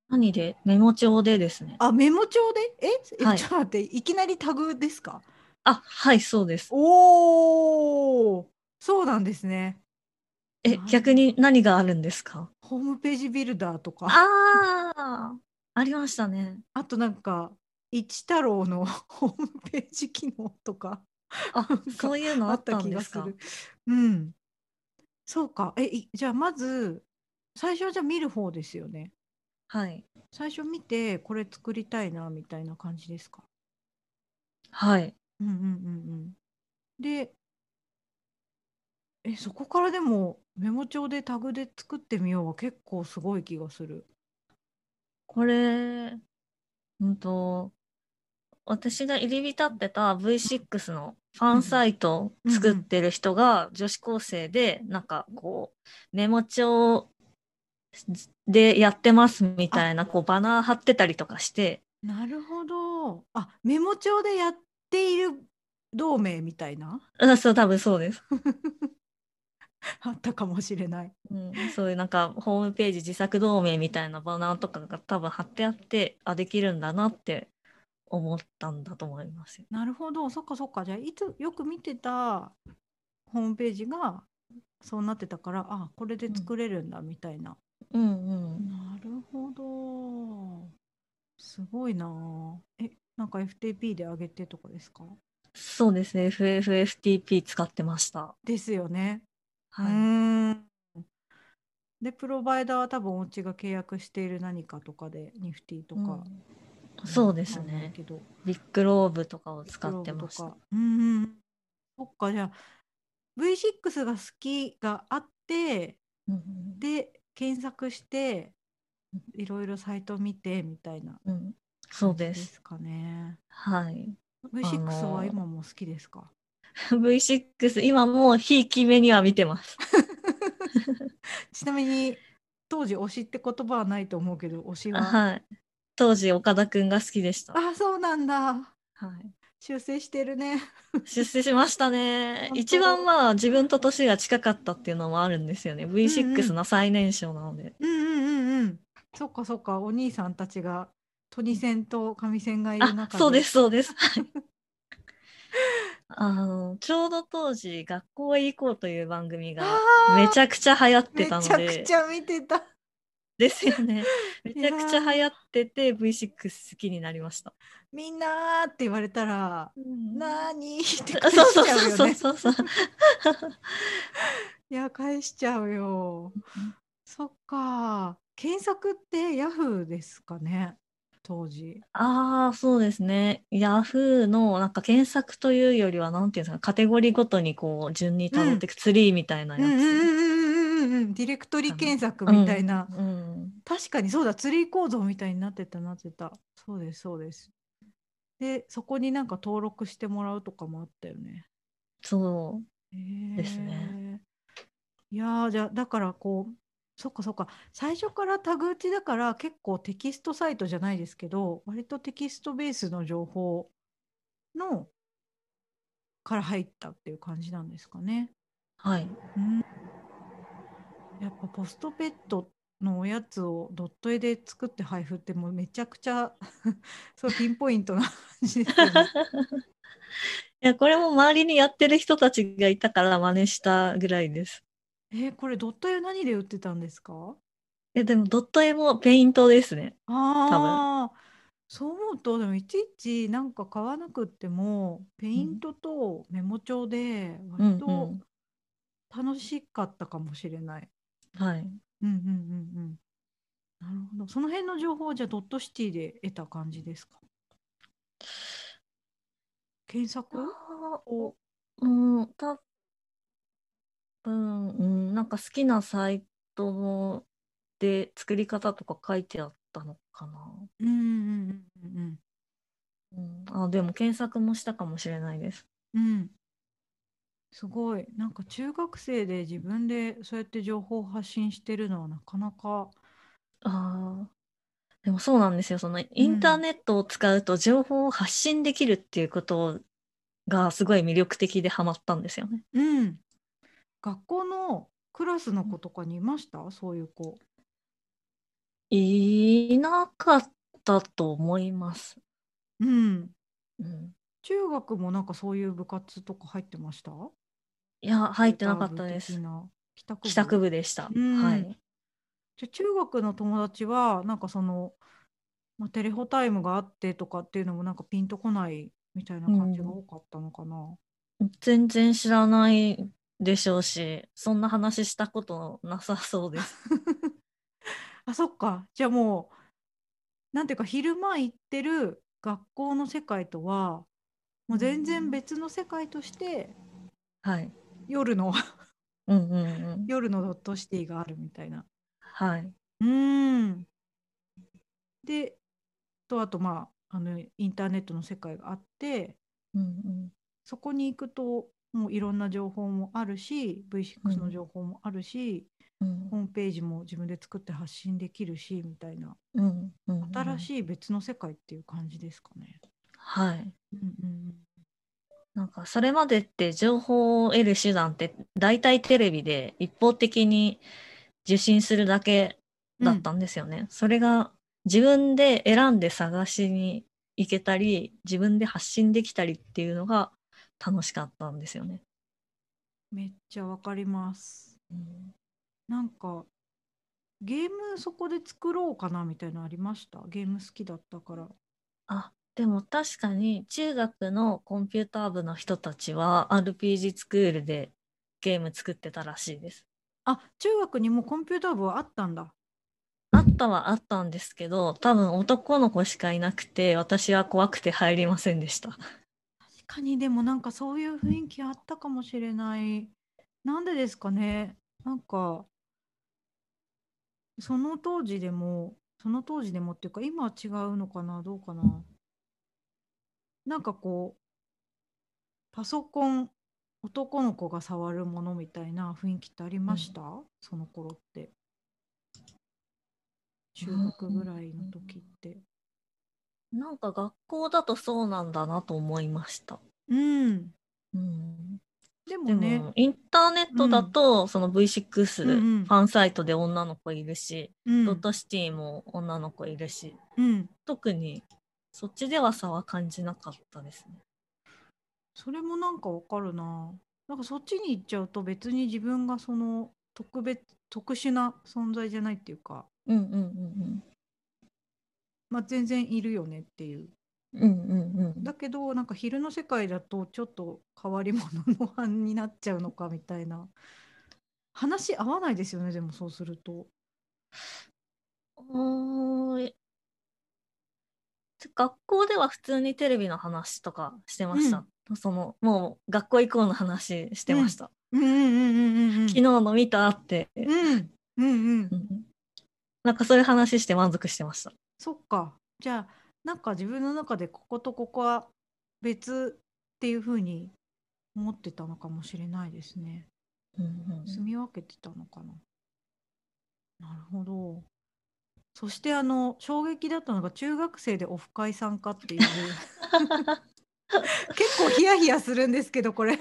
B: 何でメモ帳でですね。
A: あメモ帳でえ、え
B: はい
A: ちょっと待っていきなりタグですか
B: あ、はい、そうです。
A: おおそうなんですね
B: え
A: はい、
B: 逆に何があるんですか
A: ホームページビルダーとか
B: ああー、ありましたね。
A: あとなんか一太郎の ホームページ機能とか
B: あ
A: なんか、
B: そういうの
A: あ
B: あ
A: っ
B: ったた
A: 気
B: んで
A: が
B: す
A: す
B: か
A: る。うん。そうか。え、いじゃあまず最初はじゃあ見る方ですよね。
B: はい。
A: 最初見てこれ作りたいなみたいな感じですか。
B: はい。
A: うんうんうんうん。で、え、そこからでもメモ帳でタグで作ってみようは結構すごい気がする。
B: これ、うんと、私が入り浸ってた V6 のファンサイトを作ってる人が女子高生で、なんかこう、メモ帳でやってますみたいな、こう、バナー貼ってたりとかして、
A: なるほど。あ、メモ帳でやっている同盟みたいな
B: うんそう、多分そうです。
A: あったかもしれない。
B: うん、そういうなんかホームページ自作同盟みたいなバナーとかが多分貼ってあってあできるんだなって思ったんだと思いますよ。
A: なるほど、そっかそっか。じゃあ、いつよく見てたホームページがそうなってたから、あ、これで
B: うん
A: 作れるんだみたいな。
B: うんうん。
A: なるほど。すごいなあ。え、なんか FTP で上げてとかですか
B: そうですね。FFFTP 使ってました。
A: ですよね。う
B: はい。
A: ーん。で、プロバイダーは多分お家が契約している何かとかで、ニフティとか、
B: うん
A: わかんない
B: そうですね。
A: けど、
B: ビッグローブとかを使ってまし
A: グロー
B: た
A: ブ。とかうんうん。そっか、じゃあ V6 が好きがあって、
B: うんうん
A: で、検索して、いろいろサイト見てみたいな
B: うん、そう
A: 感じ
B: です。
A: ですかね。
B: はい。あ
A: V6
B: の
A: は
B: ー
A: 今も好きですか
B: V6、今もうひいき目には見てます。
A: ちなみに、当時推しって言葉はないと思うけど、推しは。
B: はい。当時、岡田くんが好きでした。は
A: あ、そうなんだ。
B: い。
A: 修正してるね。
B: 出世しました
A: 本。
B: ね
A: 当
B: 一番まあ自分と年が近かったっていうのもあるんですよね。
A: うんう
B: V6
A: ん
B: の最年少なので。
A: うんうんうんうん。そっかそっか、お兄さんたちが、トニセンとカミセンがいる
B: あ、
A: 中
B: そうです、。そうです。はい あの、ちょうど当時、学校へ行こうという番組が
A: あー
B: めちゃくちゃ流行って
A: めち
B: た
A: ゃ
B: の
A: く
B: で
A: ち、ゃ見てた。
B: ですよね。めちゃくちゃ流行ってて、V6 好きになりました。
A: みんなーって言われたら、なーにーって返
B: そう
A: し
B: そう
A: ちゃうよ
B: そう
A: ね。
B: そうそう。
A: いや、返しちゃうよ。そっか。検索ってヤフーですかね、当時。
B: ああ、そうですね。ヤフーのなんか検索というよりは、なんていうんですか、カテゴリーごとにこう順にたどっていくツリーみたいな
A: うん
B: や
A: うんうん
B: つ。
A: うんうんうん。ディレクトリ検索みたいな。
B: うん。うん
A: 確かにそうだ、ツリー構造みたいになってた、なってた。そうです、そうです。で、そこになんか登録してもらうとかもあったよね。
B: そう。
A: へ
B: です
A: え。
B: ね
A: いやーじゃあだからこうそっかそっか最初からタグ打ちだから結構テキストサイトじゃないですけど割とテキストベースの情報のから入ったっていう感じなんですかね。
B: はい。
A: うんやっぱポストペットのおやつをドット絵で作って配布ってもうめちゃくちゃ そうピンポイントな感じですよね。
B: いや、これも周りにやってる人たちがいたから真似したぐらいです。
A: えーこれドット絵何で売ってたんですか
B: え、でもドット絵もペイントですね。
A: ああそう思うとでもいちいちなんか買わなくってもペイントとメモ帳で
B: う
A: 割
B: ん
A: と
B: う
A: 楽しかったかもしれない。
B: ん。はい。
A: うんうんうんうん。なるほど。その辺の情報をじゃあドットシティで得た感じですか検索を。
B: うん、多分、うん、なんか好きなサイトので作り方とか書いてあったのかな。
A: うんうんうんうん
B: うん、あ、でも検索もしたかもしれないです。
A: うん。うん。すごい。なんか中学生で自分でそうやって情報を発信してるのはなかなか。
B: ああ。でもそうなんですよ。そのインターネットを使うと情報を発信できるっていうことがすごい魅力的でハマったんですよね。
A: うん。学校のクラスの子とかにいましたそういう子。
B: いなかったと思います。
A: うん。
B: うん。
A: 中学もなんかそういう部活とか入ってました
B: いや、入ってなかったで
A: クーター部的
B: す。
A: な帰宅部
B: 帰宅部でした。
A: うん
B: はい。
A: じゃあ中学の友達はなんかその、まあ、テレホタイムがあってとかっていうのもなんかピンとこないみたいな感じが多かったのかな。
B: 全然知らないでしょうし、そんな話したことなさそう です。
A: あそっかじゃあもうなんていうか昼間行ってる学校の世界とはもう全然別の世界として
B: はい。
A: 夜の
B: うんうんうん。
A: 夜のドットシティがあるみたいな。
B: はい。
A: うんでとあとまああのインターネットの世界があって。
B: うんうん。
A: そこに行くともういろんな情報もあるし V6
B: う
A: の
B: ん
A: 情報もあるし、
B: うん
A: ホームページも自分で作って発信できるしみたいな
B: うんうんうん。
A: 新しい別の世界っていう感じですかね。
B: はい。
A: うんうん
B: なんかそれまでって情報を得る手段って大体テレビで一方的に受信するだけだったんですよね。それが自分で選んで探しに行けたり自分で発信できたりっていうのが楽しかったんですよね。
A: めっちゃわかります。
B: うん
A: なんかゲームそこで作ろうかなみたいなのありましたゲーム好きだったから。
B: あでも確かに中学のコンピューター部の人たちは RPG スクールでゲーム作ってたらしいです。
A: あ中学にもコンピューター部はあったんだ。
B: あったはあったんですけど、多分男の子しかいなくて、私は怖くて入りませんでした。
A: 確かにでもなんかそういう雰囲気あったかもしれない。なんでですかね。なんかその当時でもその当時でもっていうか今は違うのかなどうかな。なんかこうパソコン男の子が触るものみたいな雰囲気ってありました、その頃って。中学ぐらいの時って。
B: なんか学校だとそうなんだなと思いました。
A: うん。
B: うん、
A: でも
B: でも、
A: ね。
B: インターネットだと、その V6、
A: うんうん
B: ファンサイトで女の子いるし、
A: うん
B: ドットシティも女の子いるし、
A: うん
B: 特にそっちでは差は感じなかったですね。
A: それもなんかわかるな。なんかそっちに行っちゃうと別に自分がその特別特殊な存在じゃないっていうか、
B: うんうんうん
A: まあ、全然いるよねっていう。
B: うん。うんうんうん。
A: だけどなんか昼の世界だとちょっと変わり者の班になっちゃうのかみたいな話合わないですよねでもそうすると。
B: おーい学校では普通にテレビの話とかしてました。その、もう学校以降の話してました。
A: うんうんうんうんうん
B: 昨日の見たって、
A: うんうんうん
B: う。んなんかそういう話して満足してました。
A: そっか。じゃあ、なんか自分の中でこことここは別っていうふうに思ってたのかもしれないですね。
B: うんうん
A: 住み分けてたのかな。なるほど。そしてあの衝撃だったのが中学生でオフ会参加 っていう結構ヒヤヒヤするんですけどこ れ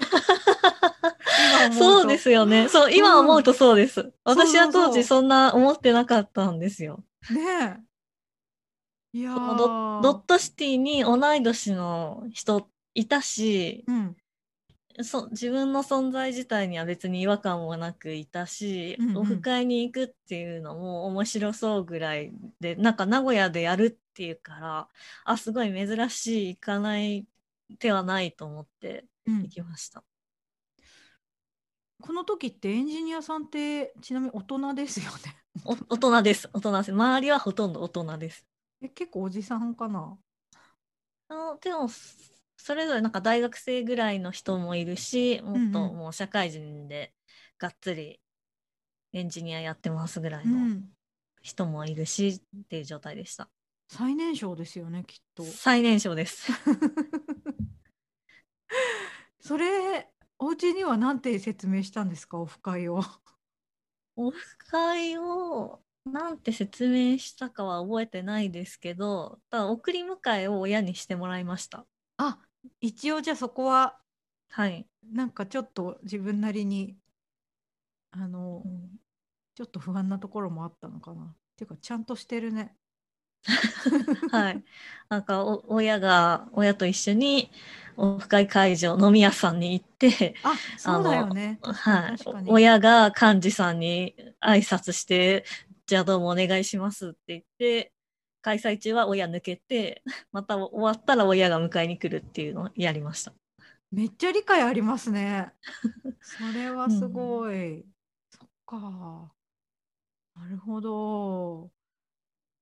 A: 今思うと
B: そうですよね。そう、今思うとそうです。私は
A: そうそう
B: 当時そんな思ってなかったんですよ。
A: ねえいや
B: その
A: ー
B: ドドットシティに同い年の人いたし、
A: うん
B: そ自分の存在自体には別に違和感もなくいたし、
A: うんうん
B: オフ会に行くっていうのも面白そうぐらいでなんか名古屋でやるっていうからあすごい珍しい行かない手はないと思って
A: うん
B: 行きました、
A: この時ってエンジニアさんってちなみに大人ですよ ね
B: お大人です大人です周りはほとんど大人です
A: え結構おじさんかな
B: あのでもそれぞれなんか大学生ぐらいの人もいるしもっと
A: うんうん
B: もう社会人でがっつりエンジニアやってますぐらいうの
A: ん
B: 人もいるしっていう状態でした、
A: 最年少ですよねきっと
B: 最年少です。
A: それお家には何て説明したんですかオフ会を
B: オフ会をなんて説明したかは覚えてないですけど、ただ送り迎えを親にしてもらいました。
A: あ一応じゃあそこは
B: はい。
A: なんかちょっと自分なりにあの
B: うん
A: ちょっと不安なところもあったのかなっていうかちゃんとしてるね
B: はい。 なんかお、親が、親と一緒に、オフ会会場、飲み屋さんに行って、
A: あそうだよね確か
B: は
A: に
B: い
A: 確か。に、
B: 親が幹事さんに挨拶して、じゃあどうもお願いしますって言って、開催中は親抜けて、また終わったら親が迎えに来るっていうのをやりました。
A: めっちゃ理解あります ねそれはすごい、そっかなるほど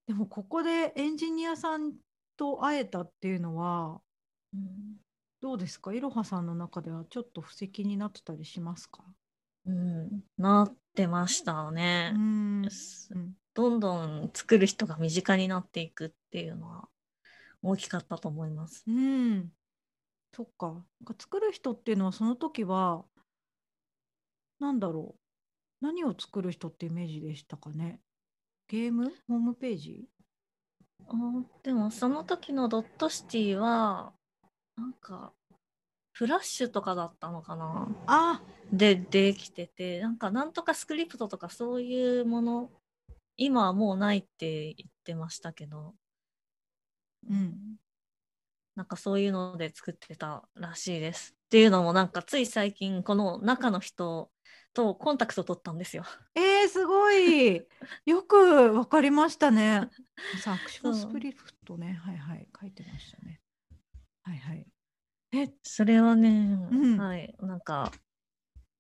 A: でもここでエンジニアさんと会えたっていうのは
B: うん
A: どうですかいろはさんの中ではちょっと布石になってたりしますか
B: うん、なってました
A: う
B: ね、
A: ん
B: す
A: うん
B: どんどん作る人が身近になっていくっていうのは大きかったと思います。
A: うん、そっか。なんか作る人っていうのはその時は、なんだろう。何を作る人ってイメージでしたかね。ゲームホームページ
B: あーでもその時のドットシティはなんかフラッシュとかだったのかな
A: あ
B: でできててなんかなんとかスクリプトとかそういうもの今はもうないって言ってましたけど
A: うん。
B: なんかそういうので作ってたらしいです。っていうのもなんかつい最近この中の人とコンタクト取ったんですよ。
A: えー、すご い。よくわかりましたね。さあ、アクション
B: そ
A: ス
B: う
A: プリフト ね。はいはい。書いてましたね。はいはい。え、
B: それはね、
A: うん
B: はい、なんか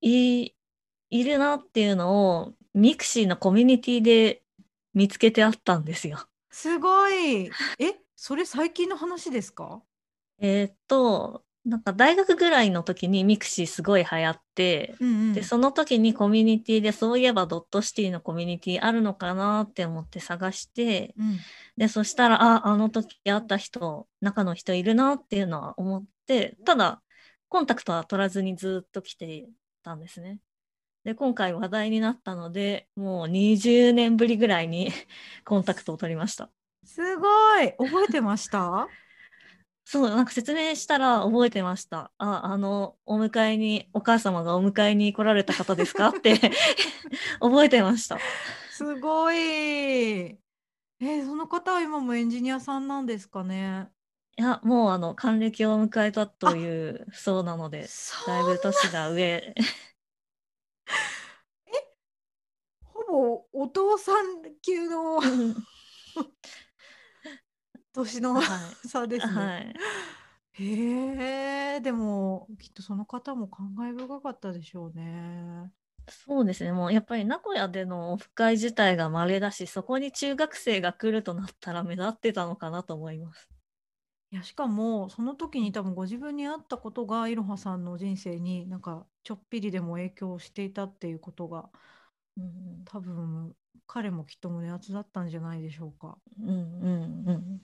B: いいるなっていうのをミクシーのコミュニティで見つけてあったんですよ。
A: すご い。え、それ最近の話ですか
B: えーっとなんか大学ぐらいの時にミクシーすごい流行って
A: うんうん。
B: で、その時にコミュニティで、そういえばドットシティのコミュニティあるのかなって思って探して、
A: うん。
B: で、そしたら、あ、あの時会った人、中の人いるなっていうのは思って、ただ、コンタクトは取らずにずっと来ていたんですね。で、今回話題になったので、もう20年ぶりぐらいに コンタクトを取りました。
A: すごい。覚えてました
B: そう、なんか説明したら覚えてました。あ、あの、お迎えに、お母様がお迎えに来られた方ですかって 覚えてました。
A: すごい。えーその方は今もエンジニアさんなんですかね。
B: いや、もうあの、還暦を迎えたという、そうなので、
A: そ
B: だいぶ年が上。
A: ほぼお父さん級の年の
B: は
A: 差で
B: い。
A: すね。
B: はい。
A: へえ、でもきっとその方も感慨深かったでしょうね。
B: そうですね。もうやっぱり名古屋でのオフ会自体が稀だし、そこに中学生が来るとなったら目立ってたのかなと思います。
A: いやしかもその時に多分ご自分に合ったことがいろはさんの人生になんかちょっぴりでも影響していたっていうことが
B: うん
A: 多分彼もきっと胸熱だったんじゃないでしょうか。
B: うん、うん、うんうん。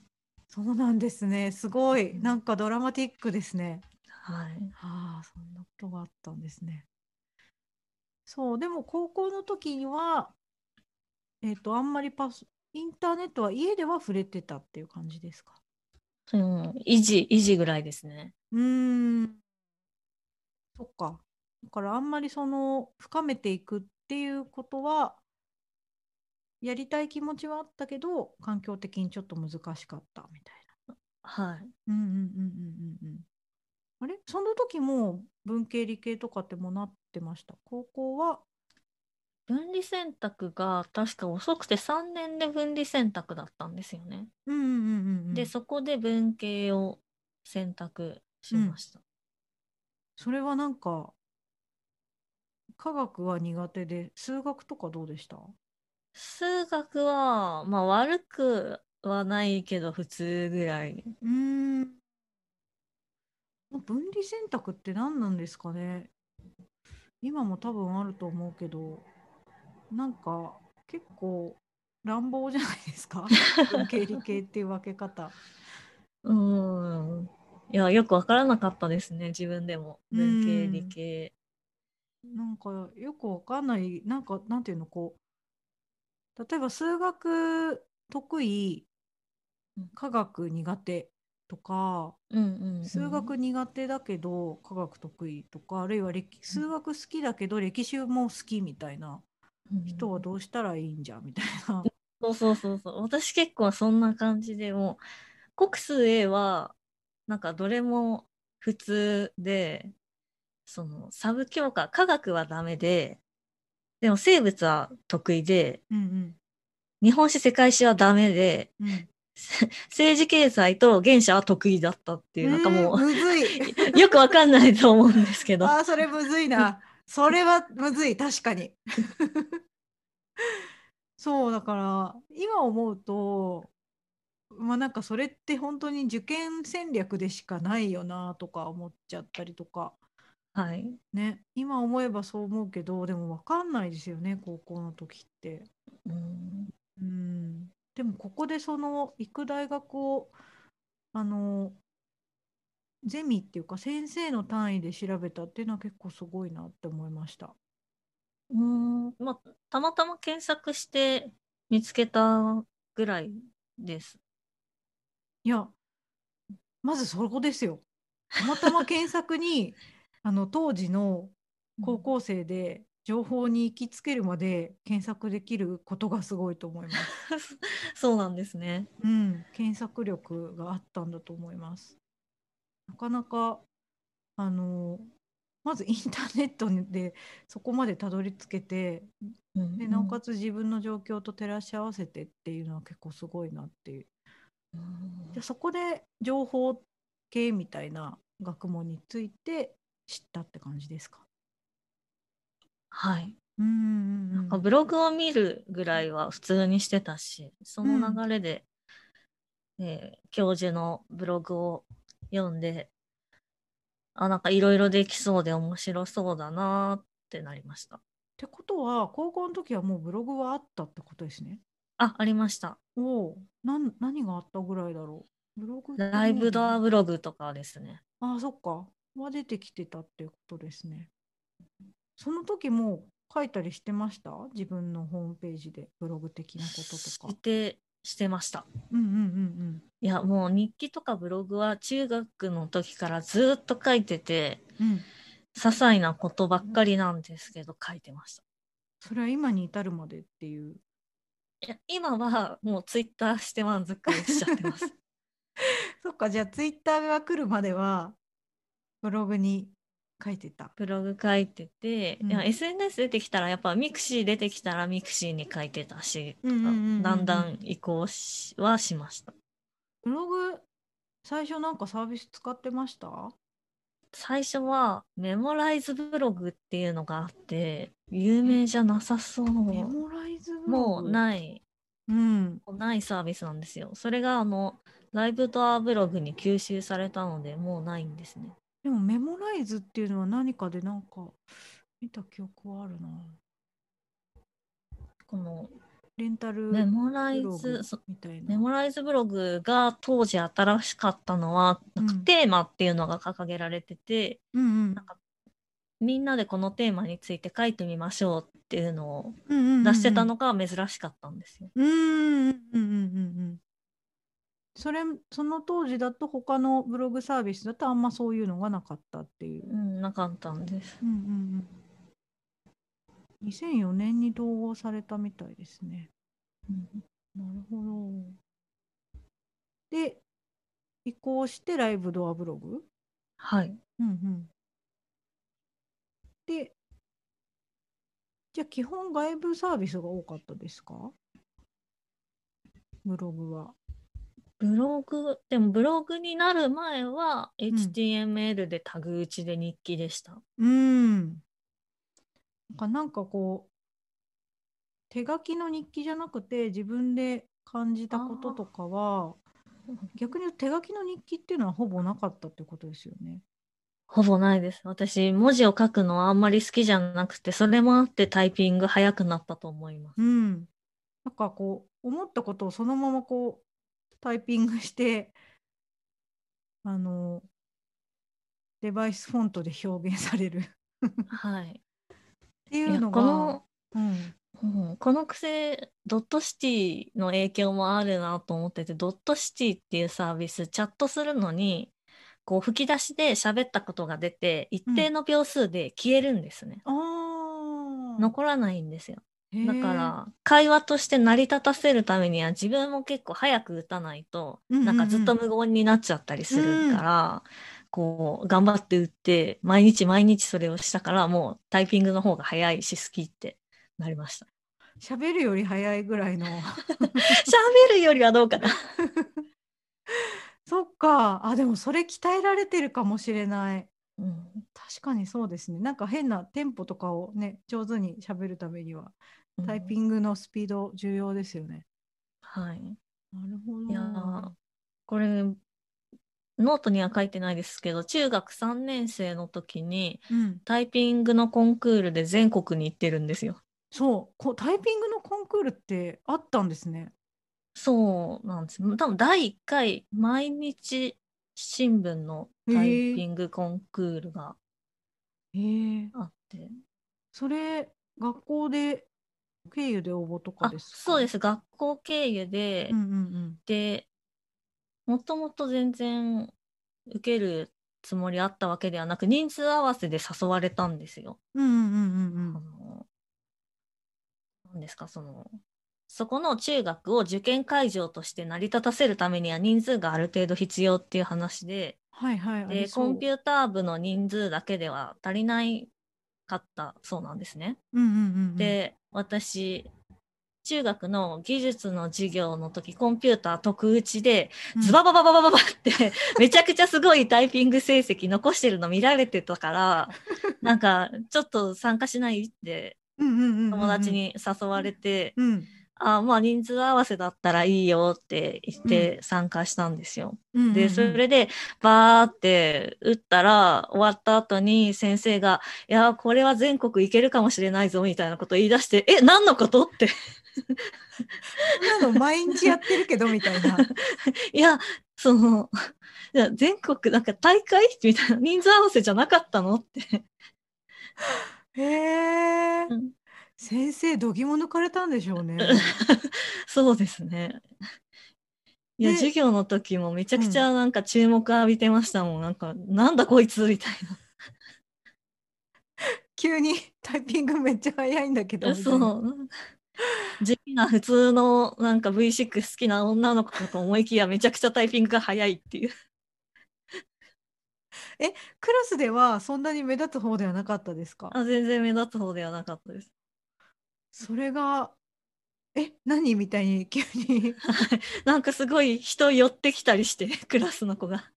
A: そうなんですね。すごい。
B: うん
A: なんかドラマティックですね。
B: はい。
A: はあ、そんなことがあったんですね。そう、でも高校の時には、えっ、と、あんまりパス、インターネットは家では触れてたっていう感じですか。
B: うん、維持、維持ぐらいですね。
A: うーん。そっか。だからあんまりその深めていくっていうことは、やりたい気持ちはあったけど、環境的にちょっと難しかったみたい
B: は
A: な。
B: い。
A: うんうんうんうんうんうん。あれその時も文系理系とかってもうなってました。高校は、
B: 分離選択が確か遅くて3年で分離選択だったんですよね。
A: うんうんうんうんうん。
B: で、そこで文系を選択しました。
A: それはなんか、科学は苦手で、数学とかどうでした
B: 数学は、まあ悪くはないけど普通ぐらい。
A: うーん。分離選択って何なんですかね。今も多分あると思うけど、なんか結構乱暴じゃないです か。文系理系っていう分け方。
B: うーん。いや、よくわからなかったですね、自分でも。文系、
A: うん
B: 理系。
A: なんかよくわかんない、なんかなんていうの、こう、例えば数学得意
B: うん、
A: 科学苦手とか、
B: うんうん、うん。
A: 数学苦手だけど科学得意とかあるいは歴数学好きだけど歴史も好きみたいな人は
B: うん
A: どうしたらいいんじゃみたい な。
B: そうそうそうそう。私結構そんな感じでもう、国数 A は、なんかどれも普通で、その、サブ教科、科学はダメで、でも生物は得意で、
A: うん
B: 日本史、世界史はダメで、
A: うんうん、
B: せ政治経済と原社は得意だったっていう、なんかも
A: うーんむず い
B: う、よくわかんないと思うんですけど。
A: あーそれむずいなそれはむずい確かに そうだから今思うとまあなんかそれって本当に受験戦略でしかないよなとか思っちゃったりとか
B: はい。
A: ね、今思えばそう思うけど、でも分かんないですよね、高校の時って。
B: うん
A: うん。でもここでその行く大学を、あの、ゼミっていうか先生の単位で調べたっていうのは結構すごいなって思いました。
B: うーん、まあ、たまたま検索して見つけたぐらいです。
A: いや、まずそこですよ。たまたま検索に、あの、当時の高校生で情報に行きつけるまで検索できることがすごいと思います。
B: そうなんですね。
A: うん、検索力があったんだと思います。なかなか、あの、まずインターネットでそこまでたどり着けて、でなおか
B: つ、
A: つ自分の状況と照らし合わせてっていうのは結構すごいなっていう。
B: うん
A: で、そこで情報系みたいな学問について知ったって感じですか。
B: はい。
A: うんうんうんうん。
B: ブログを見るぐらいは普通にしてたし、その流れで、えー教授のブログを読んで、あ、なんかいろいろできそうで面白そうだなーってなりました。
A: ってことは、高校の時はもうブログはあったってことですね。
B: あ、ありました。
A: おお、なん、何があったぐらいだろう。ブログって
B: ライブドア
A: もう
B: ブログとかですね。
A: ああ、そっか。は出てきてたっていうことですね。その時も書いたりしてました自分のホームページでブログ的なことと
B: し
A: か。
B: て、してました。
A: うんうんうん
B: いや、もう日記とかブログは中学の時からずっと書いてて、
A: うん。うん。
B: 些細なことばっかりなんですけど、書いてました。
A: それは今に至るまでっていう。
B: いや、今はもうツイッターして満足しちゃって ます。
A: そっか、じゃあツイッターが来るまではブログに書いてた。
B: ブログ書いてて、
A: うん
B: いや SNS 出てきたらやっぱミクシー出てきたらミクシーに書いてたし、
A: うんうんうんうんうん
B: だんだん移行しはしました。
A: ブログ、最初なんかサービス使ってました
B: 最初はメモライズブログっていうのがあって、有名じゃなさそう。
A: メモライズブログ
B: もうない。
A: うん。
B: ないサービスなんですよ。それがあのライブドアブログに吸収されたのでもうないんですね。
A: でもメモライズっていうのは何かでなんか見た記憶はあるな。
B: この
A: レンタル
B: メモライ
A: ブログ
B: ズそ
A: みたい
B: メ
A: な。
B: モライズブログが当時新しかったのはなんか
A: うん
B: テーマっていうのが掲げられてて、
A: うんうん
B: なんかみんなでこのテーマについて書いてみましょうっていうのを
A: うんうんうんうん
B: 出してたのが珍しかったんですよ。
A: うんうんうんうんうんそれその当時だと他のブログサービスだとあんまそういうのがなかったっていう
B: う。ん、なかったんです。
A: うんうんうん、2004年に統合されたみたいですね。
B: うん
A: なるほど。で移行してライブドアブログ、
B: はい。
A: うんうん、でじゃあ基本外部サービスが多かったですかブログは。
B: ブログ、でもブログになる前は、
A: ん
B: HTML でタグ打ちで日記でした。
A: うん。なんかなんかこう手書きの日記じゃなくて自分で感じたこととかは逆に言うと手書きの日記っていうのはほぼなかったってことですよね。
B: ほぼないです。私、文字を書くのはあんまり好きじゃなくて、それもあってタイピング早くなったと思 います。
A: うん。なんかこう思ったことをそのままこうタイピングして あのデバイスフォントで表現されるっ
B: はい。
A: てい
B: いうや
A: の
B: こ
A: が。
B: の、
A: うん、
B: うんこの癖、ドットシティの影響もあるなと思ってて、ドットシティっていうサービス、チャットするのに、こう吹き出しで喋ったことが出て、一定の秒数で消えるんですね。
A: ああ。
B: 残らないんですよ。
A: へ
B: だ
A: ー
B: から、会話として成り立たせるためには、自分も結構早く打たないと、
A: うんうんう
B: なんんかずっと無言になっちゃったりするから、こう、頑張って打って、毎日毎日それをしたから、もうタイピングの方が早いし、好きってなりま した。
A: 喋るより早いぐらいの
B: 喋るよりはどうかな。
A: そっかあでもそれ鍛えられてるかもしれない
B: うん、
A: 確かにそうですねなんか変なテンポとかをね上手に喋るためにはタイピ
B: ング。
A: ングのスピード重要ですよね、
B: はい。
A: なるほど
B: いやーこれ、ノートには書いてないですけど、中学3年生の時に、
A: うん、
B: タイピングのコンクールで全国に行ってるんですよ。
A: そうこうタイピングのコンクールってあったんですね
B: そうなんです。多分第1回、毎日新聞のタイピングコンクールが
A: へえ
B: あって。
A: それ学校で経由で応募とか
B: あ
A: ですか
B: そうです。学校経由で、
A: うんうん
B: で、もともと全然受けるつもりあったわけではなく、人数合わせで誘われたんですよ。
A: うんうんうんう
B: あ
A: ん
B: の、なんですか、その、そこの中学を受験会場として成り立たせるためには人数がある程度必要っていう話で、
A: はいはいあ
B: で、
A: りそ
B: コ
A: う
B: ンピューター部の人数だけでは足りないかったそうなんですね。
A: うんうんうんうん
B: で、私、中学の技術の授業の時、コンピューター特打ちで、
A: うん
B: ズバババババババって、 めちゃくちゃすごいタイピング成績残してるの見られて たから、なんか、ちょっと参加しないって
A: うんうんうんうんうん
B: 友達に誘われて、
A: うん
B: あまあ人数合わせだったらいいよって言って参加したんですよ。
A: うんうんうん
B: で、それで、バーって打ったら、終わった後に先生が、いや、これは全国行けるかもしれないぞ、みたいなこと言い出して、え、何のことって。
A: そんなの毎日やってるけどみたい な。
B: いや、その、いや全国、なんか大会みたいな、人数合わせじゃなかったのって。
A: へえ
B: うん。
A: 先生度肝抜かれたんでしょ うね。
B: そうですね。いや、
A: で
B: 授業の時もめちゃくちゃなんか注目浴びてましたもん。なんか、なんだこいつみたい
A: 急にタイピングめっちゃ早いんだけど
B: な。
A: みたいな。
B: そう。地味な普通のなんか V6 好きな女の子かと思いきやめちゃくちゃタイピングが早いっていう。
A: クラスではそんなに目立つ方ではなかったですか。
B: あ全然目立つ方ではなかったです。
A: それがえ何みたいに急に
B: なんかすごい人寄ってきたりして、 クラスの子が。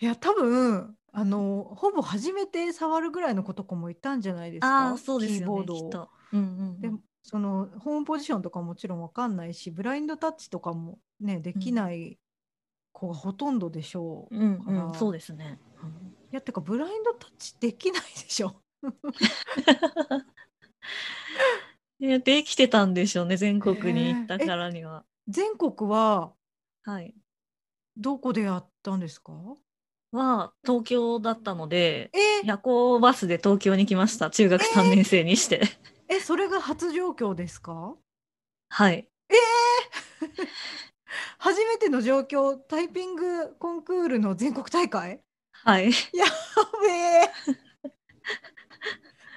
A: いや多分あのほぼ初めて触るぐらいの子とかもいたんじゃないですか。
B: ああ、そうです
A: キー
B: よ
A: ボ
B: ね、
A: ード
B: きっ
A: を。
B: と。うんうんう
A: で
B: ん、
A: そのホームポジションとかもちろんわかんないしブラインドタッチとかもねできない子がほとんどでしょう。
B: うんうん
A: から
B: そうですね。うん
A: いやてかブラインドタッチできないでしょ。
B: いやできてたんでしょうね、全国に行った
A: へえ
B: からには。
A: 全国は
B: はい。
A: どこでやったんですか？
B: は東京だったので、
A: えー
B: 夜行バスで東京に来ました。中学
A: え
B: 3年生にして。
A: え、それが初上京ですか
B: はい。
A: 初めての上京、タイピングコンクールの全国大 会
B: は
A: や
B: い。
A: べえ。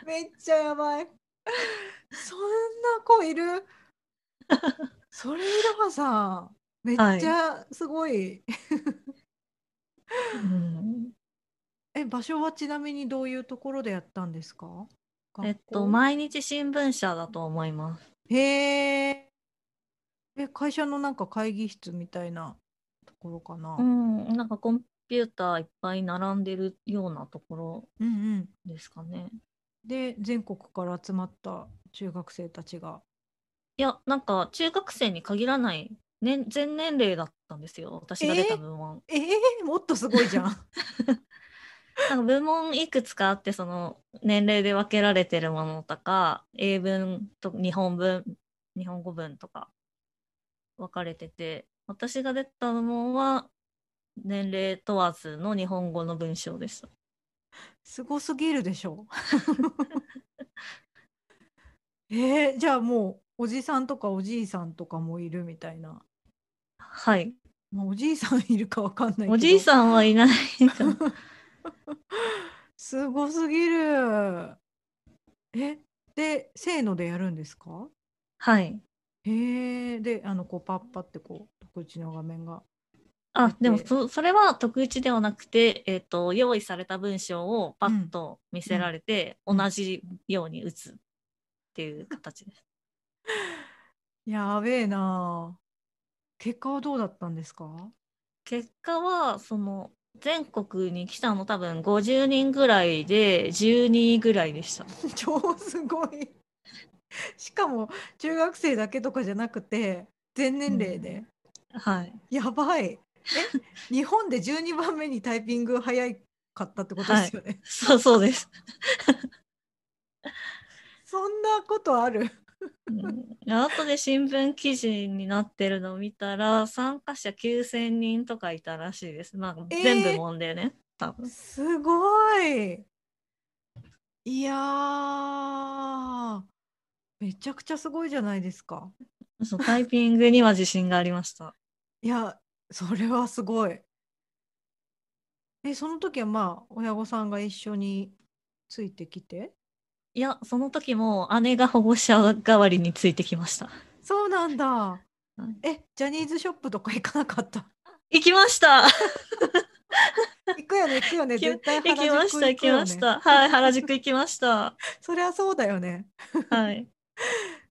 A: めっちゃやばい。そんな子い る。それいろはさん、めっちゃすごい。
B: うん
A: え、場所はちなみにどういうところでやったんですか。
B: えっと、
A: 前
B: 毎日新聞社だと思います。
A: へえ。え、会社のなんか会議室みたいなところかな。
B: う
A: うん
B: ん、なんかコンピューターいっぱい並んでるようなところ
A: うん。
B: ですかね。
A: で、全国から集まった中学生たちが。
B: いや、なんか中学生に限らない、年全年齢だったんですよ。私が出た部門。
A: ええもっとすごいじゃん。
B: なんか部門いくつかあって、その年齢で分けられてるものとか、英文と日本文、日本語文とか分かれてて、私が出た部門は年齢問わずの日本語の文章でした。
A: すごすぎるでしょ。 えー、じゃあもうおじさんとかおじいさんとかもいるみたいな。
B: はい。
A: まあ、おじいさんいるかわかんないけど。
B: おじい
A: ん。
B: さんはいないか な
A: すごすぎる。え、で、せーのでやるんですか
B: はい。
A: へえ、で、あの、こう、パッパってこう、特打の画面が。
B: あ、でも
A: で
B: そ、それは特打ではなくて、えっ、と、用意された文章をパッと見せられて、
A: うん
B: 同じように打つっていう形です。
A: やべえなあ。結果はどうだったんですか
B: 結果は、その、全国に来たの多分50人ぐらいで、12位ぐらいでした。
A: 超すごいしかも中学生だけとかじゃなくて全年齢で、
B: はい。
A: やばいえ日本で12番目にタイピング早かったってことですよね、
B: そうそうです。
A: そんなことある
B: うん、後で新聞記事になってるのを見たら、参加者9000人とかいたらしいです。なんか
A: えー
B: 全部もんでね、多分。
A: すごいいやーめちゃくちゃすごいじゃないですか
B: そう、タイピングには自信がありました。
A: いやそれはすごいえその時はまあ親御さんが一緒についてきて
B: いや、その時も姉が保護者代わりについてきました。
A: そうなんだ
B: うん。
A: え、ジャニーズショップとか行かなか った。
B: 行きました
A: 行くよね、行くよね、絶対原
B: 行
A: 宿
B: きました、行
A: く
B: き
A: よね
B: ました。はい、原宿行きました。
A: そりゃそうだよね。
B: はい。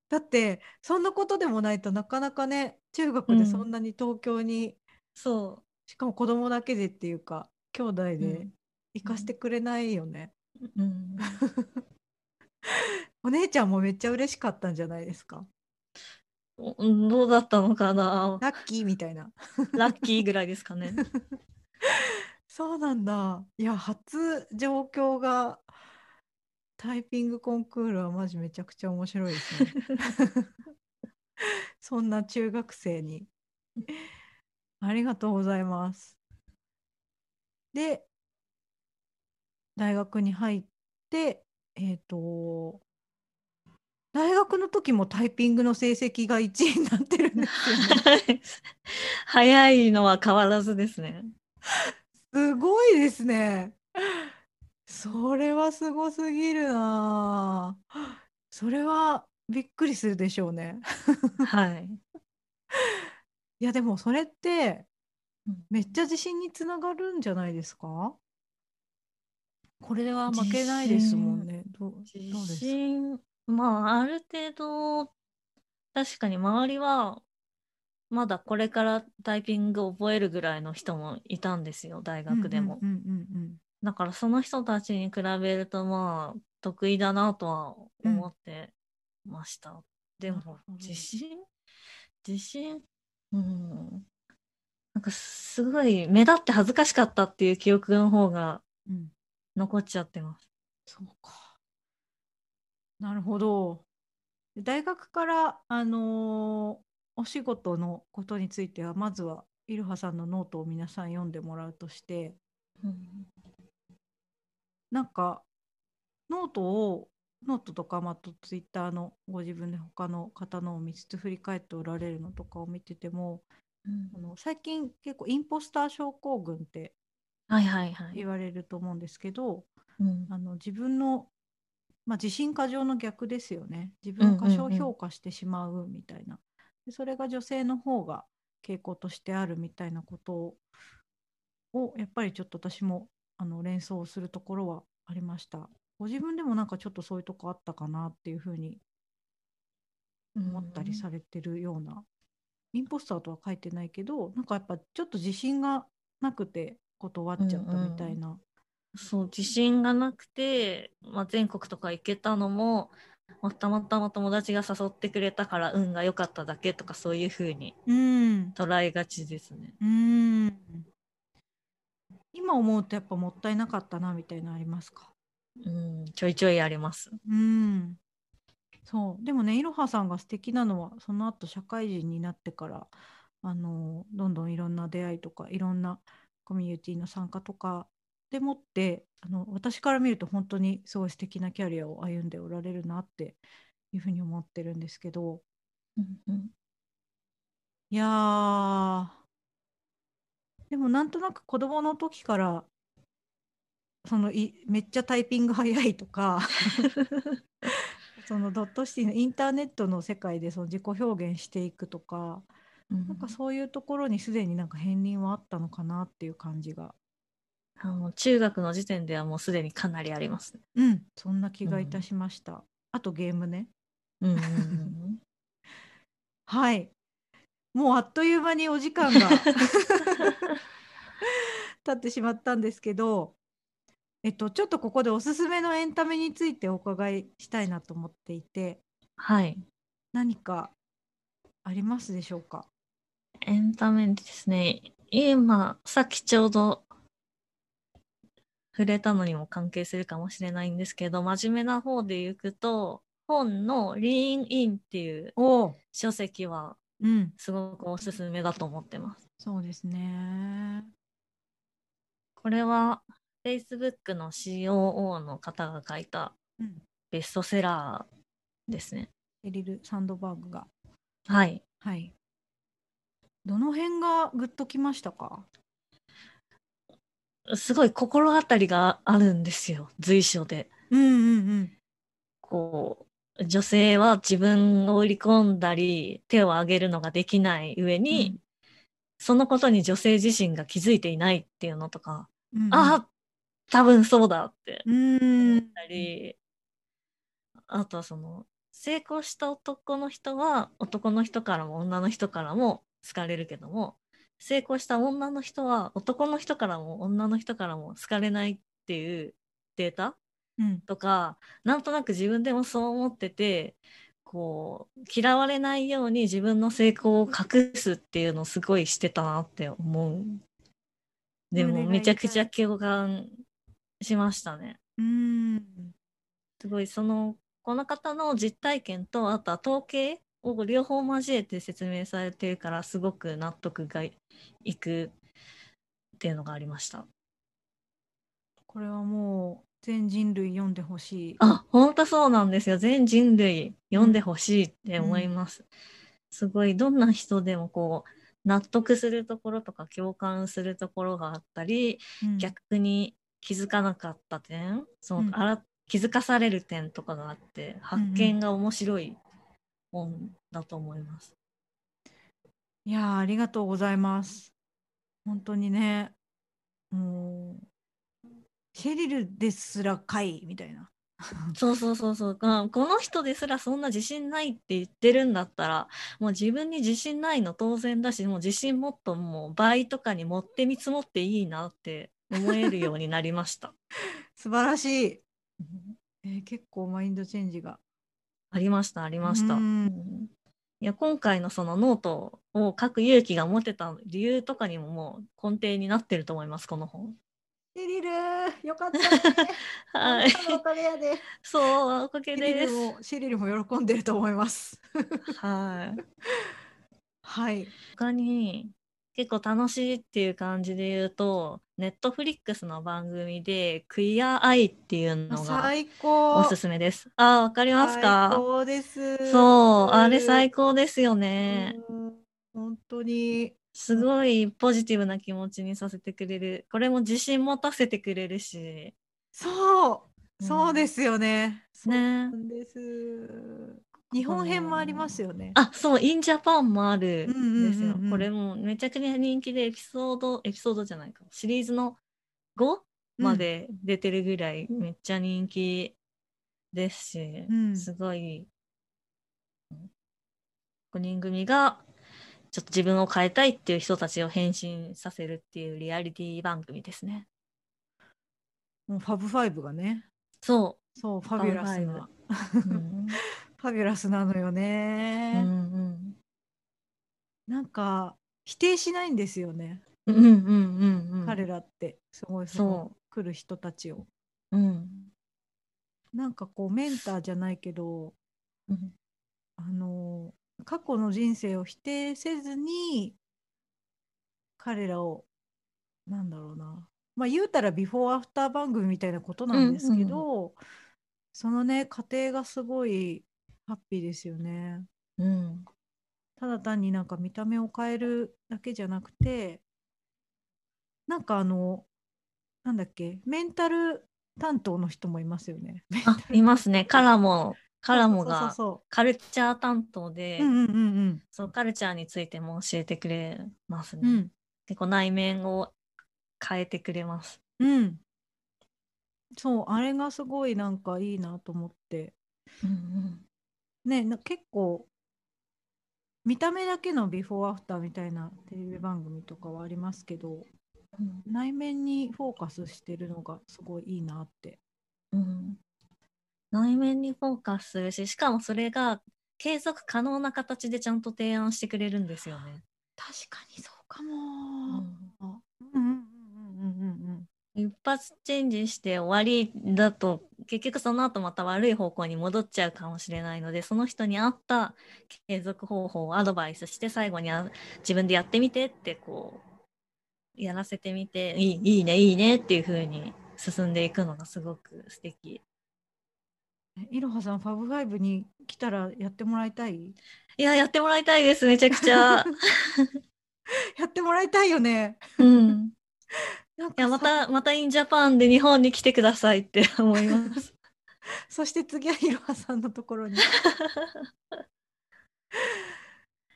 A: だって、そんなことでもないとなかなかね、中学でそんなに東京に、
B: そ
A: しかも子供だけでっていうか、兄弟
B: う。
A: で行かしてくれないよね。
B: うんうん
A: お姉ちゃんもめっちゃ嬉しかったんじゃないですか。
B: おどうだったのかな
A: ラッキーみたいな。
B: ラッキーぐらいですかね。
A: そうなんだ。いや、初状況がタイピングコンクールはマジめちゃくちゃ面白いですね。 そんな中学生に。ありがとうございます。で、大学に入って、えっ、と、大学の時もタイピングの成績が1位になってるんですよね。
B: 早いのは変わらずですね。
A: すごいですね。それはすごすぎるなあ。それはびっくりするでしょうね。
B: はい。
A: いやでもそれって
B: うん
A: めっちゃ自信につながるんじゃないですかこれでは負
B: 自
A: けないですもんね。どうどう
B: 自
A: です
B: 信、まあ、ある程度、確かに周りは、まだこれからタイピングを覚えるぐらいの人もいたんですよ、大学でも。
A: うんうんうんうん
B: だからその人たちに比べると、まあ、得意だなとは思ってました。で
A: なるほ
B: も、
A: ど
B: 自信自信うん。なんか、すごい、目立って恥ずかしかったっていう記憶の方が
A: うんうん。
B: 残っちゃってます。
A: そうか。なるほど。で大学から、あのーお仕事のことについてはまずはいろはさんのノートを皆さん読んでもらうとして
B: うん
A: なんかノートをノートとかまああとツイッターのご自分で他の方のを見つつ振り返っておられるのとかを見てても
B: うん
A: あの最近結構インポスター症候群って
B: はいはいはい。
A: 言われると思うんですけど
B: うん
A: あの自分の、まあ、自信過剰の逆ですよね自分を過
B: う
A: 小
B: んうんうん
A: 評価してしまうみたいな、でそれが女性の方が傾向としてあるみたいなことををやっぱりちょっと私もあの連想するところはありましたご自分でもなんかちょっとそういうとこあったかなっていうふうに思ったりされてるような、インポスターとは書いてないけどなんかやっぱちょっと自信がなくて断っちゃったみたいな、
B: そう、自信がなくて、まあ、全国とか行けたのも、まあたまたま友達が誘ってくれたから運が良かっただけとかそういう風に
A: うん、
B: 捉えがちですね。
A: うーん今思うとやっぱもったいなかったなみたいなのありますか
B: うん、ちょいちょいあります。
A: うんそうでもねいろはさんが素敵なのはその後社会人になってからあのどんどんいろんな出会いとかいろんなコミュニティの参加とかでもってあの私から見ると本当にすごい素敵なキャリアを歩んでおられるなっていうふうに思ってるんですけど
B: うんうん
A: いやーでもなんとなく子供の時からそのいめっちゃタイピング早いとかそのドットシティのインターネットの世界でその自己表現していくとかなんかそういうところにすでになんか片鱗はあったのかなっていう感じが
B: あの中学の時点ではもうすでにかなりありますね。
A: うんそんな気がいたしました、あとゲームね
B: うんうんうん
A: はいもうあっという間にお時間 が経ってしまったんですけど、えっと、ちょっとここでおすすめのエンタメについてお伺いしたいなと思っていて
B: はい。
A: 何かありますでしょうか
B: エンタメですね。今、さっきちょうど触れたのにも関係するかもしれないんですけど、真面目な方で行くと、本のリーンインっていう
A: おう、
B: 書籍は
A: うん、
B: すごくおすすめだと思ってます。
A: そうですね。
B: これは Facebook の COO の方が書いた
A: うん、
B: ベストセラーですね。
A: エリル・サンドバーグが。
B: はい。
A: はい。どの辺がグッときましたか
B: すごい心当たりがあるんですよ、随所で。
A: うんうんうん。
B: こう、女性は自分を売り込んだり、手を挙げるのができない上に、そのことに女性自身が気づいていないっていうのとか、
A: うん、うん、
B: ああ、多分そうだって
A: うん。
B: 思ったり、あとはその、成功した男の人は、男の人からも女の人からも好かれるけども、成功した女の人は男の人からも女の人からも好かれないっていうデータ
A: うん
B: とかなんとなく自分でもそう思っててこう嫌われないように自分の成功を隠すっていうのをすごいしてたなって思うで
A: それ
B: も
A: が
B: めちゃくちゃ共感しましたね
A: うん。
B: すごいそのこの方の実体験とあとは統計を両方交えて説明されてるからすごく納得がいいくっていうのがありました
A: これはもう全人類読んでほしい。
B: あ、本当そうなんですよ。全人類読んでほしいって思います。すごい、どんな人でもこう、納得するところとか共感するところがあったり、
A: うん
B: 逆に気づかなかった点、その、
A: うん
B: あら気づかされる点とかがあって、発見が面白い本だと思います。
A: いやーありがとうございます。本当にね、もう、シェリルですらかいみたいな。
B: そうそうそうそう、うんこの人ですらそんな自信ないって言ってるんだったらもう自分に自信ないの当然だしもう自信もっともう倍とかに持って見積もっていいなって思えるようになりました。
A: 素晴らしい、
B: うん
A: えー結構マインドチェンジが。
B: ありましたありました。
A: う
B: うんんいや今回のそのノートを書く勇気が持てた理由とかにももう根底になってると思いますこの本。
A: シェリルよかったね。
B: は
A: あ、な
B: い
A: たのおかげやで。
B: そうおか
A: シェ
B: げ
A: リ
B: で
A: ル
B: す。
A: もシェリルも喜んでると思います。
B: はい。
A: はい。
B: 他に結構楽しいっていう感じで言うと、ネットフリックスの番組で、クイアアイっていうのが
A: 最高
B: おすすめです。あー、わかります
A: 最
B: か
A: 高です
B: そう、あれ最
A: 高
B: 高ですよね。
A: 本当に
B: すごいポジティブな気持ちにさせてくれる。これも自信持たせてくれるし。
A: そう
B: うん
A: そうですよね、そう
B: ね
A: な。んです日本編もありますよね
B: あ、そう、インジャパンもある
A: うんうんうんうん
B: んですよ。これもめちゃくちゃ人気でエピソード、エピソードじゃないか。シリーズの 5?
A: うん
B: まで出てるぐらいめっちゃ人気ですし、
A: うん
B: すごい5人組がちょっと自分を変えたいっていう人たちを変身させるっていうリアリティ番組ですね。
A: もうファブファイブがね
B: そ
A: そうファビュラスな
B: う。うん
A: ファビュラスなのよ
B: うんう
A: ね、
B: ん
A: なんか否定しないんですよね、
B: うんうんうんうん。
A: 彼らってすごいその
B: そ
A: 来る人たちを
B: う。うん。
A: なんかこうメンターじゃないけど
B: うん
A: あの過去の人生を否定せずに彼らをなんだろうなまあ言うたらビフォーアフター番組みたいなことなんですけど、そのね過程がすごいハッピーですよね。
B: うん。
A: ただ単になんか見た目を変えるだけじゃなくてなんかあのなんだっけメンタル担当の人もいますよね。メン
B: あ
A: タ、ル
B: いますね。カラモ、カラモが
A: そ
B: カルチャー担当で
A: うそうそうそう。う、んうんうん
B: そう、カルチャーについても教えてくれますね。
A: うん。うん
B: 結構内面を変えてくれます。
A: うん。そう、あれがすごいなんかいいなと思って。
B: うん
A: ね、な結構、見た目だけのビフォーアフターみたいなテレビ番組とかはありますけど、
B: うん
A: 内面にフォーカスしてるのがすごいいいなって。
B: うん、内面にフォーカスするし、しかもそれが継続可能な形でちゃんと提案してくれるんですよね。
A: 確かにそうか
B: う
A: も。
B: ん
A: うんうんうんうんうんうん。
B: 一発チェンジして終わりだと結局その後また悪い方向に戻っちゃうかもしれないのでその人に合った継続方法をアドバイスして最後にあ自分でやってみてってこうやらせてみていいいいねいいねっていう風に進んでいくのがすごく素敵
A: えいろはさん、ファブファイブに来たらやってもらいたい
B: いややってもらいたいですめちゃくちゃ
A: やってもらいたいよね。
B: うん
A: なん
B: いや
A: か
B: ま
A: さ
B: たまたインジャパンで日本に来てくださいって思います
A: そして次はいろはさんのところに。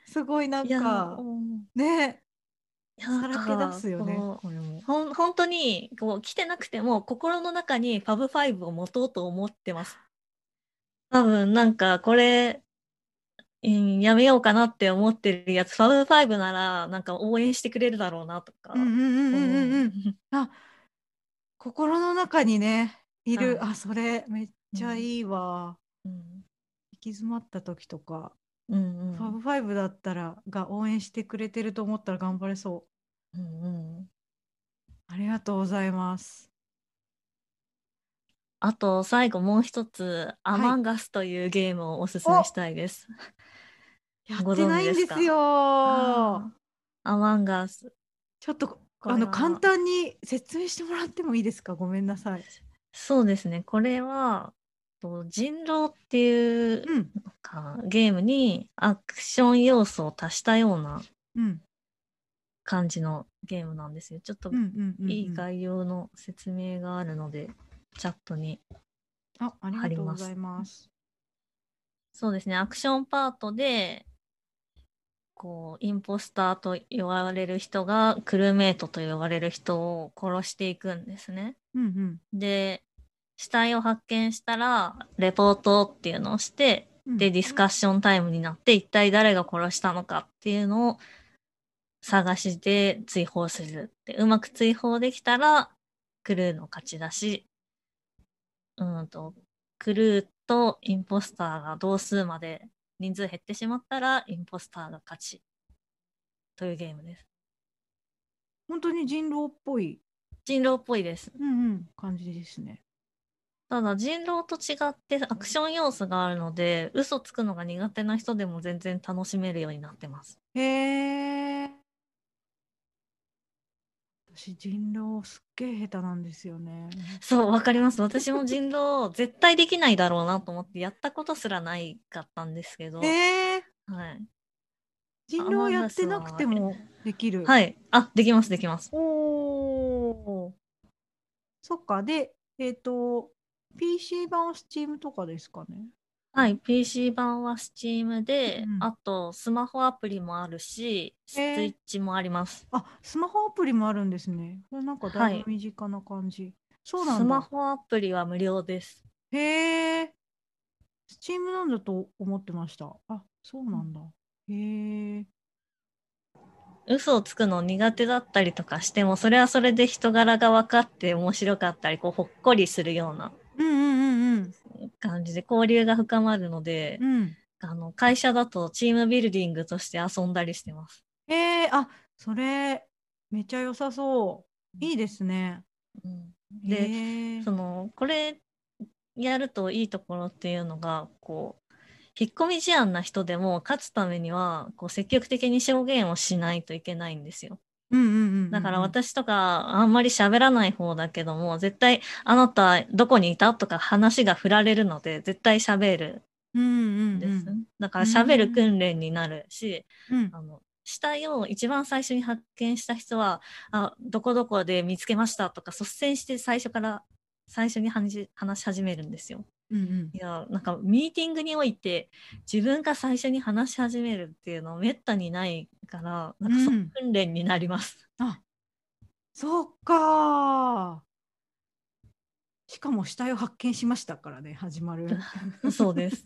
A: すごいないん
B: や
A: か
B: うん
A: ね
B: いや
A: さ
B: なん
A: ら
B: か
A: け出すよね
B: こう
A: これも。
B: ほん本当にこう来てなくても心の中にファブファイブを持とうと思ってます。多分なんかこれ、うんやめようかなって思ってるやつ、ファブファイブならなんか応援してくれるだろうなとか。
A: うんうんうんうんう。
B: 思うん
A: あ心の中にねいる、
B: はい
A: あそれめっちゃいいわ。
B: うん
A: 行き詰まった時とか、
B: うんうん
A: ファブファイブだったらが応援してくれてると思ったら頑張れそ
B: うんうん
A: う。ありがとうございます。
B: あと最後もう一つ、アマンガスというゲームをおすすめしたいです。
A: やっ
B: ご存知
A: てないんです
B: です
A: よ
B: あ。ーアマンガス。
A: ちょっと
B: これ
A: あの
B: は
A: 簡単に説明してもらってもいいですか。ごめんなさい。
B: そうですね。これは、と人狼っていう
A: うん
B: かゲームにアクション要素を足したような
A: うん
B: 感じのゲームなんですよ。ちょっと
A: うんうんうん。
B: いい概要の説明があるので、チャットに。
A: あ、ありが
B: あり
A: とうご
B: ます
A: ざいます。
B: そうですね、アクションパートで、こう、インポスターと呼ばれる人が、クルーメイトと呼ばれる人を殺していくんですね。
A: うん
B: で、死体を発見したら、レポートっていうのをして、
A: うん。
B: で、ディスカッションタイムになって、一体誰が殺したのかっていうのを探して追放するって。うまく追放できたら、クルーの勝ちだし、うんと、クルーとインポスターが同数まで人数減ってしまったら、インポスターが勝ち。というゲームです。
A: 本当に人狼っぽい、
B: 人狼っぽいです。
A: うんうん、感じですね。
B: ただ人狼と違ってアクション要素があるので、嘘つくのが苦手な人でも全然楽しめるようになってます。
A: へえ。私人狼すっげえ下手なんですよね。
B: そう、わかります。私も人狼、絶対できないだろうなと思って、やったことすらないかったんですけど、
A: えー、
B: はい。
A: 人狼やってなくてもできる。。
B: はいい。あ、できます、できます。
A: おーそっか。で、えっ、と、PC 版は Steam とかですかね。
B: はい。PC 版は Steam で、
A: うん
B: あと、スマホアプリもあるし、スイ
A: へー
B: ッチもあります。
A: あ、スマホアプリもあるんですね。これなんかだいぶ身近な感じ。そうなんだ。
B: スマホアプリは無料です。
A: へえ。スチームなんだと思ってました。あ、そうなんだ。へえ。
B: 嘘をつくの苦手だったりとかしても、それはそれで人柄が分かって面白かったり、こう、ほっこりするような
A: うんうんうん
B: 感じで交流が深まるので、
A: うん。うん。
B: あの、会社だとチームビルディングとして遊んだりしてます。
A: へえ、あ、それ、めっちゃ良さそう。いいですね。
B: うん
A: へ
B: で、
A: え
B: そのこれやるといいところっていうのがこう引っ込み思案な人でも勝つためにはこう積極的に証言をしないといけないんですよ
A: うんうんうんうん。
B: だから私とかあんまり喋らない方だけども絶対あなたどこにいたとか話が振られるので絶対喋る
A: うんうん
B: ん
A: う
B: です、
A: ん。
B: だから喋る訓練になるし、
A: うん
B: あの死体を一番最初に発見した人はあどこどこで見つけましたとか率先して最初から最初に話し話し始めるんですよ。
A: うんうん
B: いやなんかミーティングにおいて自分が最初に話し始めるっていうのめったにないからなんかそううん訓練になります。
A: そうかー。しかも死体を発見しましたからね、始ま る。
B: そうです。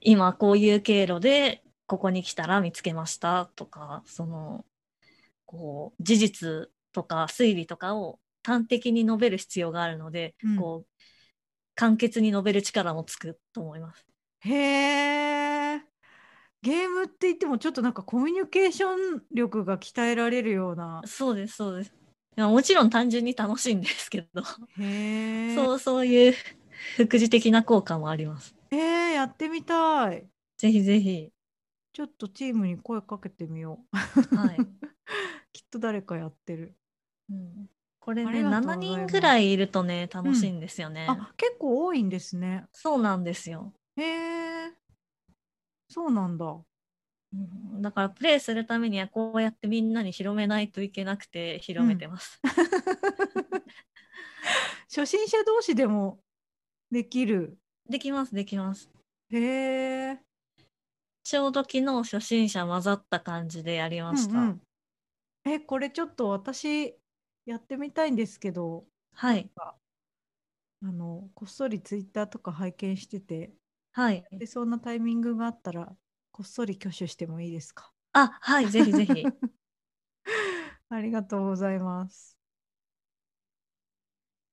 B: 今こういう経路でここに来たら見つけましたとかそのこう事実とか推理とかを端的に述べる必要があるので、
A: うん
B: こう簡潔に述べる力もつくと思います。
A: へえ。ゲームって言ってもちょっとなんかコミュニケーション力が鍛えられるような。
B: そうですそうです。いやもちろん単純に楽しいんですけど、
A: へえ。
B: そうそういう副次的な効果もあります。
A: へえ、やってみたい。
B: ぜひぜひ、
A: ちょっとチームに声かけてみよう。
B: はい。
A: きっと誰かやってる。
B: うんこれ
A: あり
B: ね、
A: がとうござ
B: 7
A: います
B: 人ぐらいいるとね、楽しいんですよね。
A: あ、結構多いんですね。
B: そうなんですよ。
A: へえ。そうなんだ。
B: うんだからプレイするためにはこうやってみんなに広めないといけなくて広めてます。
A: 初心者同士でもできる。
B: できますできます。
A: へえ。
B: ちょうど昨日初心者混ざった感じでやりました。
A: うんうんえ、これちょっと私やってみたいんですけど。
B: はい
A: あのこっそりツイッターとか拝見してて
B: はい。
A: でそんなタイミングがあったらこっそり挙手してもいいですか
B: あはいぜひ ぜひ。
A: ありがとうございます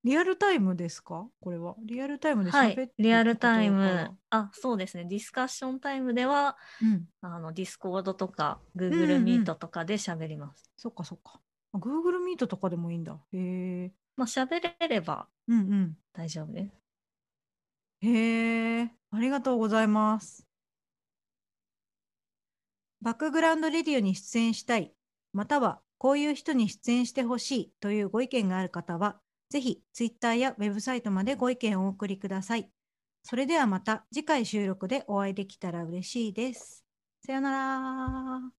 A: リアルタイムですかこれはリアルタイムで
B: は
A: 喋って
B: い。リアルタイ
A: ってことだか
B: ム。あそうですね。ディスカッションタイムでは
A: らうん
B: あのディスコードとか
A: うんう
B: Google
A: ん
B: ミートとかで喋ります。
A: そっかそっかあ Google ミートとかでもいいんだへえ
B: まあ喋れれば
A: うん
B: 大丈夫です。
A: うんへえありがとうございますバックグラウンドレディオに出演したい、またはこういう人に出演してほしいというご意見がある方は、ぜひ Twitter やウェブサイトまでご意見をお送りください。それではまた次回収録でお会いできたら嬉しいです。さよなら。